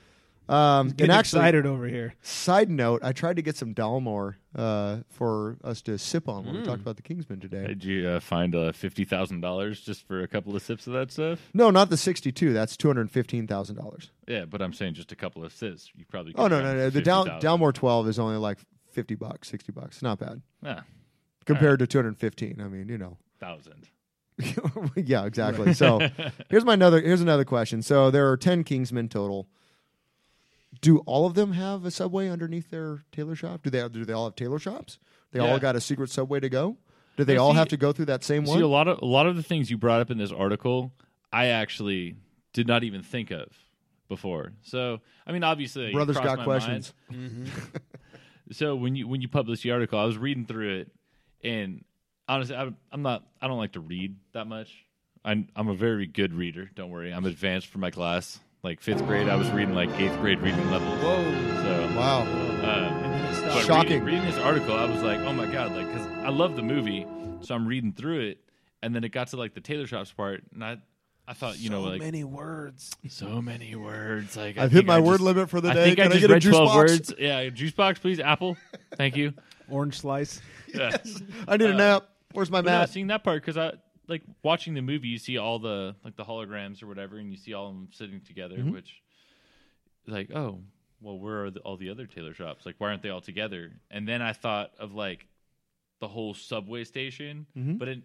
Speaker 3: Um, and
Speaker 6: Getting
Speaker 3: actually,
Speaker 6: excited over here.
Speaker 3: side note, I tried to get some Dalmore uh, for us to sip on when we
Speaker 4: Mm.
Speaker 3: talked about the Kingsman today.
Speaker 4: Did you uh, find uh, fifty thousand dollars just for a couple of sips of that stuff?
Speaker 3: no, not the sixty-two. That's two hundred fifteen thousand dollars.
Speaker 4: Yeah, but I'm saying just a couple of sips. You probably
Speaker 3: Oh
Speaker 4: could've
Speaker 3: no, no,
Speaker 4: gotten
Speaker 3: no. The Dal-
Speaker 4: 50,000.
Speaker 3: Dalmore twelve is only like fifty bucks, sixty bucks. It's Not bad.
Speaker 4: ah,
Speaker 3: compared to 215 i mean you
Speaker 4: <laughs>
Speaker 3: know <laughs>
Speaker 4: thousand.
Speaker 3: yeah exactly so
Speaker 4: <laughs>
Speaker 3: here's my another here's another question so there are 10 kingsmen total do all of them have a subway underneath their tailor shop do they do they all have tailor shops they all
Speaker 4: Yeah.
Speaker 3: got a secret subway to go do they
Speaker 4: Now,
Speaker 3: all
Speaker 4: see-
Speaker 3: have to go through that same
Speaker 4: See, a
Speaker 3: one
Speaker 4: lot of a lot of the things you brought up in this article, I actually did not even think of before. So, I mean, obviously, it
Speaker 3: brothers
Speaker 4: crossed
Speaker 3: got
Speaker 4: my
Speaker 3: questions
Speaker 4: mind. So when you when you published the article, I was reading through it, and honestly, I, I'm not. I don't like to read that much. I'm, I'm a very good reader. Don't worry, I'm advanced for my class. Like fifth grade, I was reading like eighth grade reading level.
Speaker 6: Whoa.
Speaker 4: So,
Speaker 3: wow
Speaker 4: um, but reading-
Speaker 3: Shocking.
Speaker 4: Reading, this article, I was like, oh my god, like because I love the movie, so I'm reading through it, and then it got to like the Taylor Shops part, and I, I thought, you know,
Speaker 6: So
Speaker 4: like
Speaker 3: <laughs>
Speaker 6: many words.
Speaker 4: so many words. Like I
Speaker 3: I've hit
Speaker 4: think
Speaker 3: my
Speaker 4: I
Speaker 3: word
Speaker 4: just-
Speaker 3: limit for the
Speaker 4: I
Speaker 3: day.
Speaker 4: think I
Speaker 3: Can I
Speaker 4: just
Speaker 3: get a
Speaker 4: read
Speaker 3: juice
Speaker 4: 12
Speaker 3: box?
Speaker 4: words. Yeah, juice box, please. Apple, thank you.
Speaker 6: Orange <laughs> slice.
Speaker 4: <laughs>
Speaker 3: i need a
Speaker 4: uh,
Speaker 3: nap where's my
Speaker 4: But no,
Speaker 3: map
Speaker 4: seeing that part because I like watching the movie. You see all the like the holograms or whatever, and you see all of them sitting together.
Speaker 3: Mm-hmm.
Speaker 4: Which, like, oh, well, where are the, all the other tailor shops? Like, why aren't they all together? And then I thought of like the whole subway station,
Speaker 3: Mm-hmm.
Speaker 4: but it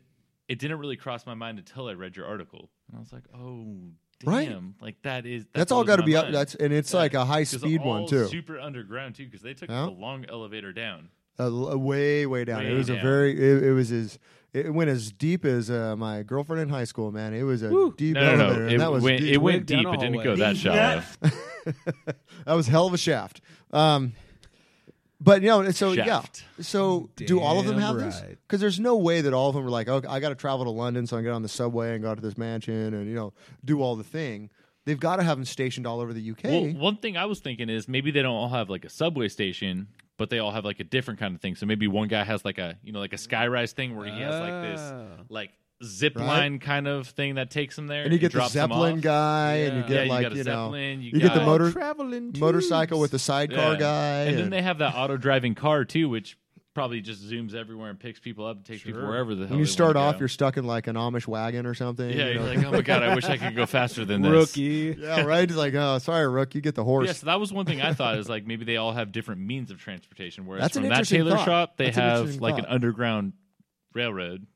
Speaker 4: it didn't really cross my mind until I read your article, and I was like, oh, damn,
Speaker 3: Right.
Speaker 4: like that is that
Speaker 3: that's all
Speaker 4: got
Speaker 3: got to be up that's and it's like a high speed one too
Speaker 4: super underground too, because they took
Speaker 3: Yeah.
Speaker 4: the long elevator down.
Speaker 3: a, a way way down.
Speaker 4: Way
Speaker 3: it was a
Speaker 4: down.
Speaker 3: very it, it was as it went as deep as uh, my girlfriend in high school. Man, it was a deep
Speaker 4: No, no,
Speaker 3: elevator.
Speaker 4: no.
Speaker 3: and
Speaker 4: It
Speaker 3: that was
Speaker 4: went,
Speaker 3: deep.
Speaker 4: it went
Speaker 6: down
Speaker 4: deep.
Speaker 6: a
Speaker 4: It didn't
Speaker 6: hallway.
Speaker 4: go that shallow.
Speaker 3: that was a hell of a shaft. Um, but you know, so
Speaker 4: Shaft.
Speaker 3: yeah, so do all of them
Speaker 6: Damn
Speaker 3: have this?
Speaker 6: right.
Speaker 3: Because there's no way that all of them were like, okay, I got to travel to London, so I can get on the subway and go out to this mansion and you know do all the thing. They've got to have them stationed all over the UK.
Speaker 4: Well, one thing I was thinking is maybe they don't all have like a subway station, but they all have like a different kind of thing. So maybe one guy has like a you know like a skyrise thing where he has like this
Speaker 6: Ah.
Speaker 4: like zip
Speaker 3: Oh. Right.
Speaker 4: line kind of thing that takes them there.
Speaker 3: And you get the
Speaker 4: drops 'em
Speaker 3: Zeppelin
Speaker 4: off.
Speaker 3: guy, and you
Speaker 4: Yeah.
Speaker 3: get
Speaker 4: Yeah, you
Speaker 3: like
Speaker 4: got a
Speaker 3: you, know,
Speaker 4: Zeppelin, you
Speaker 3: get the
Speaker 4: got-
Speaker 3: motor
Speaker 6: Traveling
Speaker 3: motorcycle with the
Speaker 4: Yeah.
Speaker 3: sidecar guy,
Speaker 4: And, then they have that auto driving car too, which probably just zooms everywhere and picks people up and takes people wherever the hell.
Speaker 3: when you
Speaker 4: they
Speaker 3: start
Speaker 4: wanna
Speaker 3: off,
Speaker 4: go.
Speaker 3: you're stuck in like an Amish wagon or something.
Speaker 4: yeah,
Speaker 3: you
Speaker 4: you're
Speaker 3: know?
Speaker 4: like, oh my god, I wish I could go faster than this.
Speaker 6: Rookie.
Speaker 3: <laughs> yeah, right. It's like, oh, sorry, Rook, you get the horse.
Speaker 4: Yeah, so that was one thing I thought is like maybe they all have different means of transportation. Whereas
Speaker 3: That's an
Speaker 4: from that
Speaker 3: interesting
Speaker 4: tailor
Speaker 3: thought.
Speaker 4: shop, they
Speaker 3: That's an
Speaker 4: have
Speaker 3: interesting
Speaker 4: like an
Speaker 3: thought.
Speaker 4: underground railroad.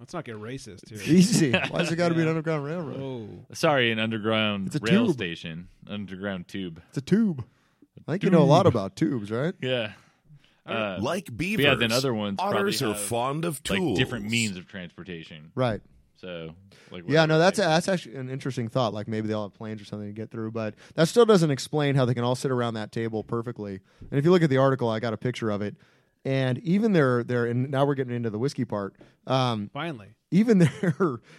Speaker 6: Let's not get racist <laughs> here.
Speaker 3: <laughs>
Speaker 4: <laughs>
Speaker 3: Easy. Why's it got to be an underground railroad?
Speaker 6: Oh,
Speaker 4: Sorry, an underground
Speaker 3: It's a
Speaker 4: rail
Speaker 3: tube.
Speaker 4: station, underground tube.
Speaker 3: It's a tube. I think you know a lot about tubes, right?
Speaker 4: Yeah, uh,
Speaker 2: Like
Speaker 4: but
Speaker 2: beavers,
Speaker 4: yeah. Then other ones
Speaker 2: otters
Speaker 4: probably
Speaker 2: are
Speaker 4: have,
Speaker 2: fond of
Speaker 4: like
Speaker 2: tools.
Speaker 4: different means of transportation.
Speaker 3: Right.
Speaker 4: So like
Speaker 3: Yeah,
Speaker 4: whatever
Speaker 3: no, that's
Speaker 4: they-
Speaker 3: that's actually an interesting thought. Like maybe they all have planes or something to get through, but that still doesn't explain how they can all sit around that table perfectly. And if you look at the article, I got a picture of it, and even their their and now we're getting into the whiskey part. Um,
Speaker 6: finally.
Speaker 3: even <laughs> their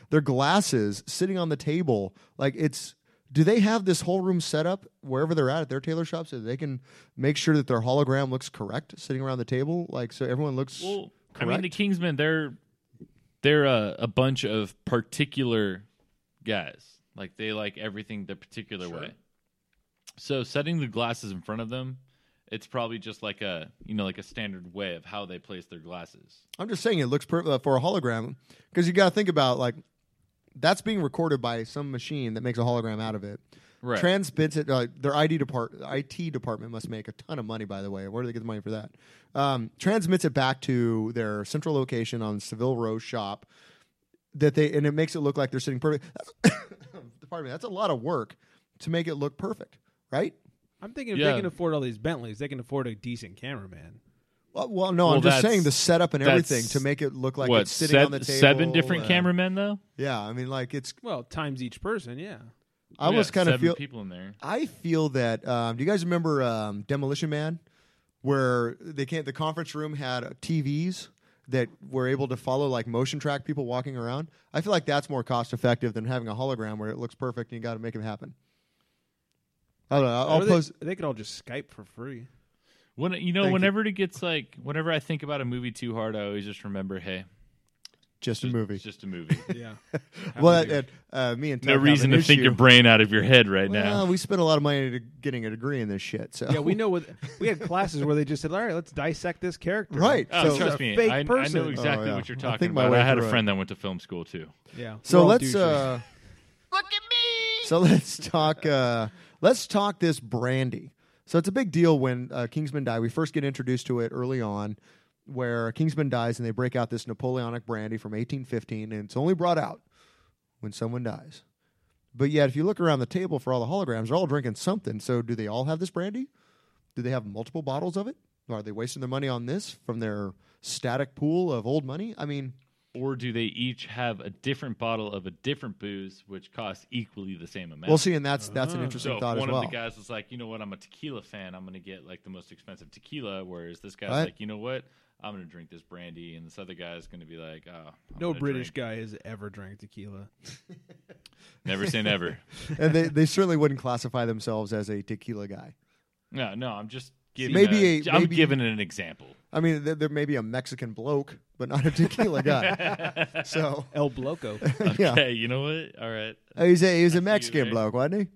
Speaker 3: their glasses sitting on the table, like it's. Do they have this whole room set up wherever they're at at their tailor shop so they can make sure that their hologram looks correct sitting around the table? Like so everyone looks
Speaker 4: Well, I
Speaker 3: correct.
Speaker 4: mean, the Kingsmen, they're they're a, a bunch of particular guys. Like they like everything the particular way. So setting the glasses in front of them, it's probably just like a you know like a standard way of how they place their glasses.
Speaker 3: I'm just saying it looks per- uh, for a hologram because you got to think about like that's being recorded by some machine that makes a hologram out of it.
Speaker 4: Right.
Speaker 3: Transmits it. Uh, their ID depart- IT department must make a ton of money, by the way. Where do they get the money for that? Um, transmits it back to their central location on Seville Row shop that they and it makes it look like they're sitting perfect. That's, <coughs> pardon me. That's a lot of work to make it look perfect, right?
Speaker 6: I'm thinking if
Speaker 4: Yeah.
Speaker 6: they can afford all these Bentleys, they can afford a decent cameraman.
Speaker 3: Well, well no,
Speaker 4: Well,
Speaker 3: I'm just
Speaker 4: that's-
Speaker 3: saying the setup and
Speaker 4: that's-
Speaker 3: everything to make it look like
Speaker 4: what
Speaker 3: it's sitting
Speaker 4: sev-
Speaker 3: on the table.
Speaker 4: seven different
Speaker 3: and-
Speaker 4: cameramen though?
Speaker 3: Yeah, I mean, like it's
Speaker 6: Well, times each person, yeah.
Speaker 3: I almost kind of feel.
Speaker 4: people in there.
Speaker 3: I feel that. Um, do you guys remember um, Demolition Man, where they can't? The conference room had uh, TVs that were able to follow like motion track people walking around. I feel like that's more cost effective than having a hologram where it looks perfect and you got to make it happen. I don't know. I'll-
Speaker 6: Or
Speaker 3: I'll
Speaker 6: they,
Speaker 3: post.
Speaker 6: they could all just Skype for free.
Speaker 4: When you know,
Speaker 3: Thank you.
Speaker 4: whenever it gets like whenever I think about a movie too hard, I always just remember, hey,
Speaker 3: Just a movie.
Speaker 4: it's just
Speaker 3: <laughs>
Speaker 4: a movie.
Speaker 6: <laughs> Yeah.
Speaker 3: well, and, uh, me and Ted
Speaker 4: no
Speaker 3: have
Speaker 4: reason
Speaker 3: an
Speaker 4: to think
Speaker 3: issue.
Speaker 4: your brain out of your head right now.
Speaker 3: Well, we spent a lot of money to getting a degree in this shit. So
Speaker 6: yeah, we know what we had classes where they just said, "All right, let's dissect this
Speaker 3: <laughs>
Speaker 6: character."
Speaker 3: Right.
Speaker 4: Oh,
Speaker 3: So-
Speaker 4: trust
Speaker 6: a
Speaker 4: me,
Speaker 6: fake
Speaker 4: I, I know
Speaker 6: person.
Speaker 4: exactly
Speaker 3: Oh, yeah.
Speaker 4: what you're
Speaker 3: I
Speaker 4: talking
Speaker 3: think my
Speaker 4: about.
Speaker 3: way
Speaker 4: I had a
Speaker 3: through it.
Speaker 4: friend that went to film school too.
Speaker 6: Yeah.
Speaker 3: So
Speaker 6: we're all
Speaker 3: let's
Speaker 6: douches.
Speaker 3: uh,
Speaker 9: Look at me.
Speaker 3: So let's talk. Uh, let's talk this brandy. So it's a big deal when uh, Kingsman die. We first get introduced to it early on, where Kingsman dies and they break out this Napoleonic brandy from 1815, and it's only brought out when someone dies. But yet, if you look around the table for all the holograms, they're all drinking something. So do they all have this brandy? Do they have multiple bottles of it? Are they wasting their money on this from their static pool of old money? I mean,
Speaker 4: Or do they each have a different bottle of a different booze, which costs equally the same amount?
Speaker 3: we'll see, and that's that's an
Speaker 4: Uh-huh. So
Speaker 3: interesting
Speaker 4: if
Speaker 3: thought
Speaker 4: one
Speaker 3: as well.
Speaker 4: of the guys was like, you know what, I'm a tequila fan. I'm going to get like the most expensive tequila. Whereas this guy's
Speaker 3: Right.
Speaker 4: like, you know what, I'm going to drink this brandy, and this other guy's going to be like, oh, I'm
Speaker 6: no
Speaker 4: gonna
Speaker 6: British
Speaker 4: drink.
Speaker 6: guy has ever drank tequila.
Speaker 4: Never say
Speaker 6: <laughs>
Speaker 4: never.
Speaker 3: and they, they certainly wouldn't classify themselves as a tequila guy.
Speaker 4: No, no, I'm just giving.
Speaker 3: Maybe
Speaker 4: a,
Speaker 3: a-
Speaker 4: I'm
Speaker 3: maybe-
Speaker 4: giving an example.
Speaker 3: I mean, there, there may be a Mexican bloke, but not a tequila guy. so
Speaker 6: El Bloco.
Speaker 3: <laughs> yeah, Uh,
Speaker 4: Hey, you know what? All right.
Speaker 3: he's a he's a
Speaker 4: you,
Speaker 3: Mexican
Speaker 4: right?
Speaker 3: bloke, wasn't he?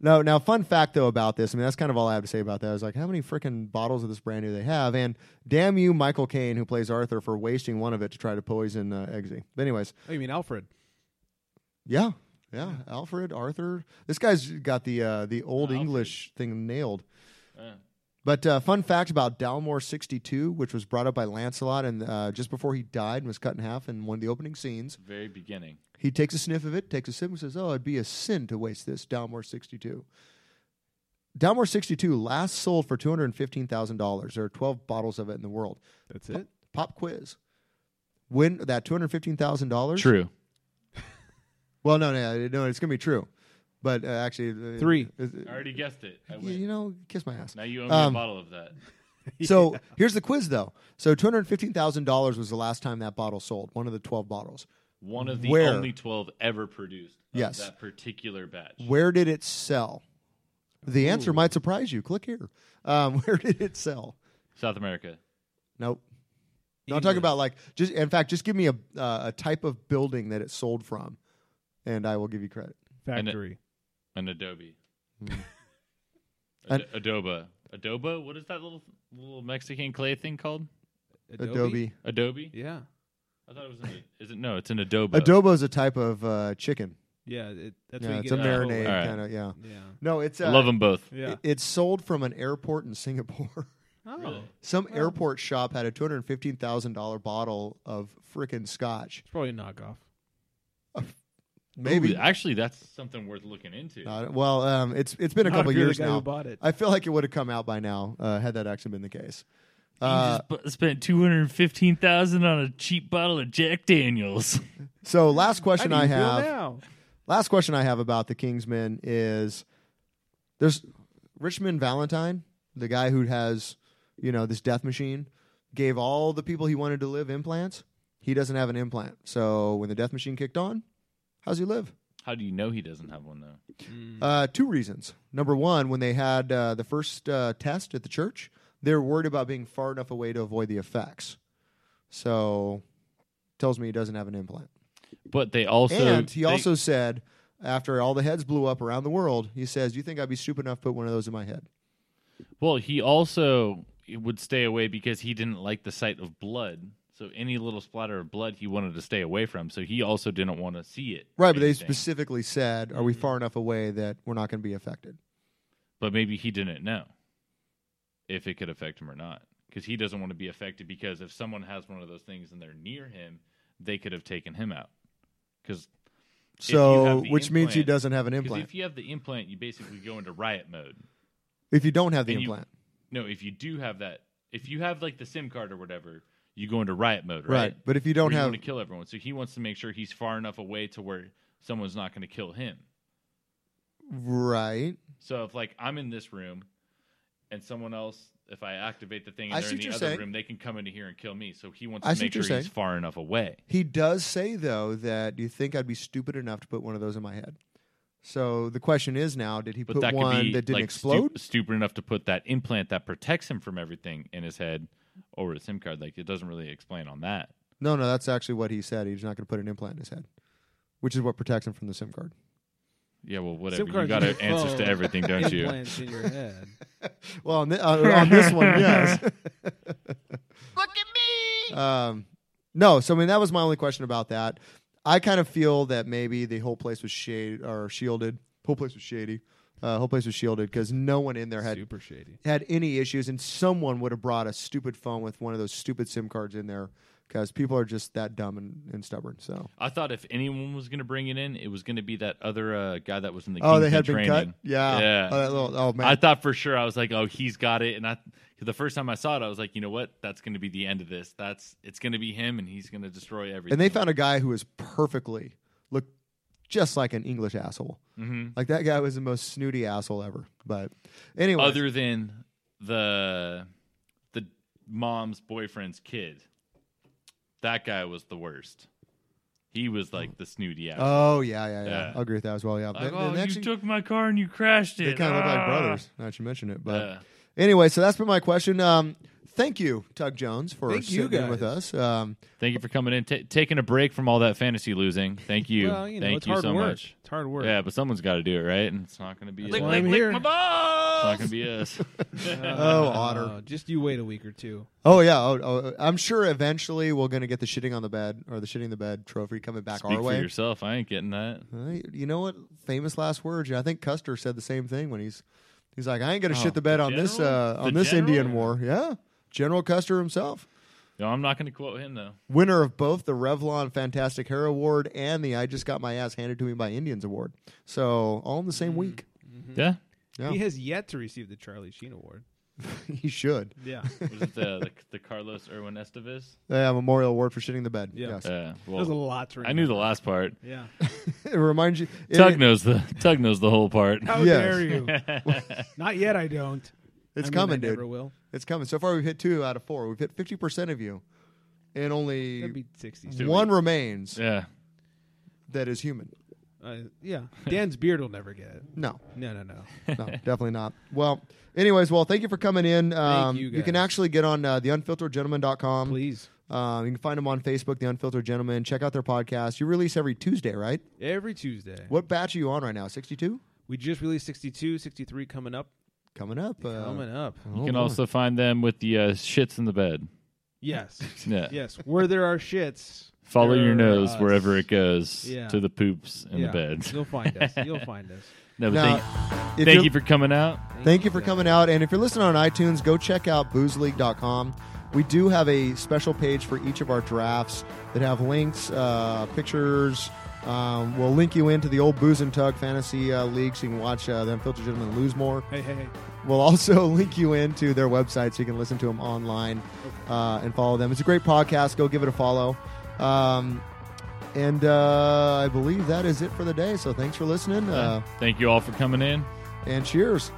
Speaker 3: No, now fun fact though about this. I mean, that's kind of all I have to say about that. I was like, how many freaking bottles of this brand do they have? And damn you, Michael Caine, who plays Arthur, for wasting one of it to try to poison uh, Eggsy. But anyways,
Speaker 6: oh, you mean Alfred?
Speaker 3: yeah, yeah, Alfred, Arthur. This guy's got the uh, the old
Speaker 4: Alfred.
Speaker 3: English thing nailed.
Speaker 4: Uh,
Speaker 3: But uh, fun fact about Dalmore 62, which was brought up by Lancelot and uh, just before he died and was cut in half in one of the opening scenes,
Speaker 4: very beginning.
Speaker 3: he takes a sniff of it, takes a sip, and says, Oh, it'd be a sin to waste this Dalmore 62. Dalmore 62 last sold for $215,000. There are 12 bottles of it in the world.
Speaker 6: That's it.
Speaker 3: Pop quiz. When that $215,000?
Speaker 4: True.
Speaker 3: Well, no, no, no, it's going to be true. But uh, actually, uh,
Speaker 6: Three.
Speaker 3: is-
Speaker 4: I already guessed it. I
Speaker 3: you,
Speaker 4: win.
Speaker 3: you know, kiss my
Speaker 4: <laughs>
Speaker 3: ass.
Speaker 4: now you owe me a
Speaker 3: Um,
Speaker 4: bottle of that.
Speaker 3: So here's the quiz, though. So two hundred fifteen thousand dollars was the last time that bottle sold. One of the twelve bottles.
Speaker 4: One of the
Speaker 3: Where?
Speaker 4: only 12 ever produced. Of
Speaker 3: Yes.
Speaker 4: That particular batch.
Speaker 3: Where did it sell? The answer might <laughs> surprise you. Click here. Um, where did it sell?
Speaker 4: South America.
Speaker 3: Nope. No, I'm talking about like just. In fact, just give me a uh, a type of building that it sold from, and I will give you credit.
Speaker 4: An-
Speaker 6: factory.
Speaker 4: An, Adobe.
Speaker 3: Hmm.
Speaker 4: <laughs>
Speaker 3: An-
Speaker 4: Ad- Adoba. Adoba? What is that little little Mexican clay thing called?
Speaker 3: Adobe.
Speaker 4: Adobe?
Speaker 6: Yeah.
Speaker 4: I thought it was an is it no, it's an Adobe.
Speaker 3: Adobo is a type of uh, chicken.
Speaker 6: Yeah. It, that's
Speaker 3: Yeah,
Speaker 6: what you
Speaker 3: it's a
Speaker 6: get at Chipotle.
Speaker 3: marinade
Speaker 4: All right.
Speaker 3: kind of. Yeah.
Speaker 6: Yeah.
Speaker 3: No, it's uh,
Speaker 4: I love them both.
Speaker 6: Yeah.
Speaker 3: it- it's sold from an airport in Singapore. <laughs>
Speaker 6: oh.
Speaker 3: Some airport shop had a two hundred fifteen thousand dollar bottle of frickin' scotch.
Speaker 6: It's probably a knockoff.
Speaker 3: Maybe.
Speaker 4: Ooh, actually that's something worth looking into.
Speaker 3: Uh, well, um, it's it's
Speaker 6: <laughs>
Speaker 3: been a
Speaker 6: Not
Speaker 3: couple
Speaker 6: if you're the
Speaker 3: years
Speaker 6: guy who
Speaker 3: now.
Speaker 6: bought it.
Speaker 3: I feel like it would have come out by now uh, had that actually been the case. Uh,
Speaker 4: you just bu- spent two hundred fifteen thousand on a cheap bottle of Jack Daniels.
Speaker 3: so last question
Speaker 6: How do
Speaker 3: I
Speaker 6: you feel
Speaker 3: have.
Speaker 6: now?
Speaker 3: Last question I have about the Kingsmen is there's Richmond Valentine, the guy who has, you know, this death machine, gave all the people he wanted to live implants. He doesn't have an implant. So when the death machine kicked on, how's he live?
Speaker 4: How do you know he doesn't have one though?
Speaker 3: Uh, two reasons. Number one, when they had uh, the first uh, test at the church, they were worried about being far enough away to avoid the effects. So tells me he doesn't have an implant.
Speaker 4: But they also
Speaker 3: and he
Speaker 4: they-
Speaker 3: also said, after all the heads blew up around the world, he says, "Do you think I'd be stupid enough to put one of those in my head?"
Speaker 4: Well, he also would stay away because he didn't like the sight of blood. So any little splatter of blood he wanted to stay away from. So he also didn't want to see it. or
Speaker 3: Right, but they
Speaker 4: anything.
Speaker 3: specifically said, "Are we far enough away that we're not going to be affected?"
Speaker 4: But maybe he didn't know if it could affect him or not because he doesn't want to be affected because if someone has one of those things and they're near him, they could have taken him out. Because
Speaker 3: So, which means he doesn't have an implant.
Speaker 4: If you have the implant, you basically go into riot mode.
Speaker 3: If you don't have the
Speaker 4: And you-
Speaker 3: implant,
Speaker 4: No, if you do have that, if you have like the SIM card or whatever, you go into riot mode,
Speaker 3: right.
Speaker 4: right?
Speaker 3: But if you don't
Speaker 4: where you
Speaker 3: have,
Speaker 4: want to kill everyone. So he wants to make sure he's far enough away to where someone's not going to kill him.
Speaker 3: right?
Speaker 4: So if like I'm in this room, and someone else, if I activate the thing and
Speaker 3: I
Speaker 4: they're
Speaker 3: see
Speaker 4: in
Speaker 3: what
Speaker 4: the
Speaker 3: you're
Speaker 4: other
Speaker 3: saying.
Speaker 4: room, they can come into here and kill me. So he wants
Speaker 3: I
Speaker 4: to
Speaker 3: see
Speaker 4: make
Speaker 3: what you're
Speaker 4: sure he's
Speaker 3: saying.
Speaker 4: far enough away.
Speaker 3: He does say though that do you think I'd be stupid enough to put one of those in my head? So the question is now, did he
Speaker 4: But
Speaker 3: put
Speaker 4: that could
Speaker 3: one
Speaker 4: be
Speaker 3: that didn't
Speaker 4: like, stu-
Speaker 3: explode?
Speaker 4: stupid enough to put that implant that protects him from everything in his head or his SIM card. Like it doesn't really explain on that.
Speaker 3: no, no, that's actually what he said. He's not going to put an implant in his head, which is what protects him from the SIM card.
Speaker 4: Yeah, well, whatever.
Speaker 6: SIM
Speaker 4: You
Speaker 6: cards
Speaker 4: got
Speaker 6: in your
Speaker 4: answers to
Speaker 6: phone,
Speaker 4: everything, don't you?
Speaker 6: Implants in
Speaker 3: <laughs>
Speaker 6: your head.
Speaker 3: Well, on, thi- uh,
Speaker 4: <laughs>
Speaker 3: on this one, yes.
Speaker 9: Look at me!
Speaker 3: Um, no, so I mean that was my only question about that. I kind of feel that maybe the whole place was shade or shielded. Whole place was shady. Uh, whole place was shielded because no one in there had
Speaker 6: Super shady.
Speaker 3: had any issues, and someone would have brought a stupid phone with one of those stupid SIM cards in there because people are just that dumb and, and stubborn. So
Speaker 4: I thought if anyone was going to bring it in, it was going to be that other uh, guy that was in the
Speaker 3: oh, they
Speaker 4: Kingsman
Speaker 3: had been cut.
Speaker 4: training.
Speaker 3: Yeah,
Speaker 4: yeah.
Speaker 3: Oh, that little- oh, man,
Speaker 4: I thought for sure I was like, oh, he's got it, and I the first time I saw it, I was like, you know what? That's going to be the end of this. That's it's going to be him, and he's going to destroy everything.
Speaker 3: and they found a guy who was perfectly looked just like an English asshole.
Speaker 4: Mhm.
Speaker 3: Like that guy was the most snooty asshole ever. But anyway,
Speaker 4: other than the the mom's boyfriend's kid. That guy was the worst. He was like the snooty asshole.
Speaker 3: Oh yeah, yeah, yeah.
Speaker 4: Yeah.
Speaker 3: I agree with that as well. Yeah, They-
Speaker 4: like, oh,
Speaker 3: they
Speaker 4: you
Speaker 3: actually-
Speaker 4: took my car and you crashed it.
Speaker 3: they kind of look like
Speaker 4: Ah.
Speaker 3: brothers. Now that you mention it, but
Speaker 4: Yeah.
Speaker 3: anyway, so that's been my question. Um, thank you, Tug Jones, for
Speaker 6: Thank you
Speaker 3: sitting in with us.
Speaker 6: guys.
Speaker 3: Um,
Speaker 4: Thank you for coming in, ta taking a break from all that fantasy losing. Thank you,
Speaker 6: Well, you know,
Speaker 4: thank
Speaker 6: it's
Speaker 4: you
Speaker 6: hard
Speaker 4: so
Speaker 6: work.
Speaker 4: much.
Speaker 6: It's hard work.
Speaker 4: Yeah, but someone's got to do it, right? And it's not going to be
Speaker 6: That's
Speaker 4: us.
Speaker 6: why I'm here.
Speaker 4: It's not going to be
Speaker 6: <laughs>
Speaker 4: us.
Speaker 3: oh, Otter.
Speaker 6: Uh, just you wait a week or two.
Speaker 3: Oh yeah. Oh, oh, I'm sure eventually we're gonna get the shitting on the bed or the shitting the bed trophy coming back
Speaker 4: Speak
Speaker 3: our
Speaker 4: for
Speaker 3: way.
Speaker 4: yourself. I ain't getting that.
Speaker 3: Uh, you know what? Famous last words. I think Custer said the same thing when he's he's like, I ain't
Speaker 6: Oh,
Speaker 3: gonna shit the bed on this
Speaker 4: general?
Speaker 3: uh,
Speaker 4: The
Speaker 3: on this
Speaker 4: general?
Speaker 3: Indian war. Yeah, General Custer himself.
Speaker 4: No, I'm not going to quote him though.
Speaker 3: winner of both the Revlon Fantastic Hair Award and the I Just Got My Ass Handed to Me by Indians Award. So all in the
Speaker 6: Mm.
Speaker 3: same week. <laughs>
Speaker 6: Mm-hmm. <laughs>
Speaker 4: Yeah,
Speaker 3: Yeah.
Speaker 6: He has yet to receive the Charlie Sheen Award.
Speaker 3: he should.
Speaker 6: <laughs> Yeah. That
Speaker 4: was it the the, the Carlos Irwin Estevez?
Speaker 3: Yeah, Memorial Award for shitting the bed.
Speaker 6: Yeah.
Speaker 3: Yes.
Speaker 4: Uh,
Speaker 6: was a
Speaker 4: well,
Speaker 6: lot to
Speaker 4: I knew
Speaker 6: remember.
Speaker 4: the last part.
Speaker 6: Yeah.
Speaker 3: <laughs> it reminds you. it-
Speaker 4: Tug knows the Tug knows the whole
Speaker 6: <laughs>
Speaker 4: part.
Speaker 6: How
Speaker 3: Yes.
Speaker 4: <laughs>
Speaker 6: dare you?
Speaker 3: <laughs>
Speaker 6: Not yet, I don't.
Speaker 3: it's
Speaker 6: I mean,
Speaker 3: coming,
Speaker 6: I
Speaker 3: dude.
Speaker 6: Never will.
Speaker 3: It's coming. So far, we've hit two out of four. We've hit 50% of you. And
Speaker 6: That'd
Speaker 3: only
Speaker 6: be 60.
Speaker 3: one remains
Speaker 4: Yeah,
Speaker 3: that is human.
Speaker 6: Uh,
Speaker 3: <laughs>
Speaker 6: yeah. Dan's beard will never get it.
Speaker 3: No,
Speaker 6: No, no, no.
Speaker 3: <laughs>
Speaker 6: <laughs>
Speaker 3: no, definitely not. Well, anyways, well, thank you for coming in. Um,
Speaker 6: you,
Speaker 3: can
Speaker 6: guys.
Speaker 3: actually get on uh, theunfilteredgentleman.com.
Speaker 6: Please.
Speaker 3: Um, you can find them on Facebook, The Unfiltered Gentleman. Check out their podcast. You release every Tuesday, right?
Speaker 6: Every Tuesday.
Speaker 3: What batch are you on right now? 62?
Speaker 6: We just released 62, 63 coming up.
Speaker 3: Coming up. Uh,
Speaker 6: Coming up.
Speaker 4: You can also find them with the uh, shits in the bed.
Speaker 6: Yes.
Speaker 4: <laughs> Yeah.
Speaker 6: Yes. Where there are shits.
Speaker 4: Follow
Speaker 6: there
Speaker 4: your
Speaker 6: are
Speaker 4: nose
Speaker 6: us.
Speaker 4: wherever it goes
Speaker 6: Yeah.
Speaker 4: to the poops in
Speaker 6: yeah.
Speaker 4: the bed.
Speaker 6: You'll find
Speaker 4: <laughs>
Speaker 6: us. You'll find us.
Speaker 4: No, but
Speaker 3: Now,
Speaker 4: thank,
Speaker 3: if
Speaker 4: thank
Speaker 3: you're-
Speaker 4: you for coming out.
Speaker 3: Thank you for coming out. And if you're listening on iTunes, go check out boozeleague.com. We do have a special page for each of our drafts that have links, uh, pictures. Um, we'll link you into the old Booze and Tug Fantasy uh, League so you can watch uh, the Unfiltered Gentlemen lose more.
Speaker 6: Hey, hey, hey.
Speaker 3: We'll also <laughs> link you into their website so you can listen to them online uh, and follow them. It's a great podcast. Go give it a follow. Um, and uh, I believe that is it for the day. So thanks for listening. Uh,
Speaker 4: Thank you all for coming in.
Speaker 3: and cheers.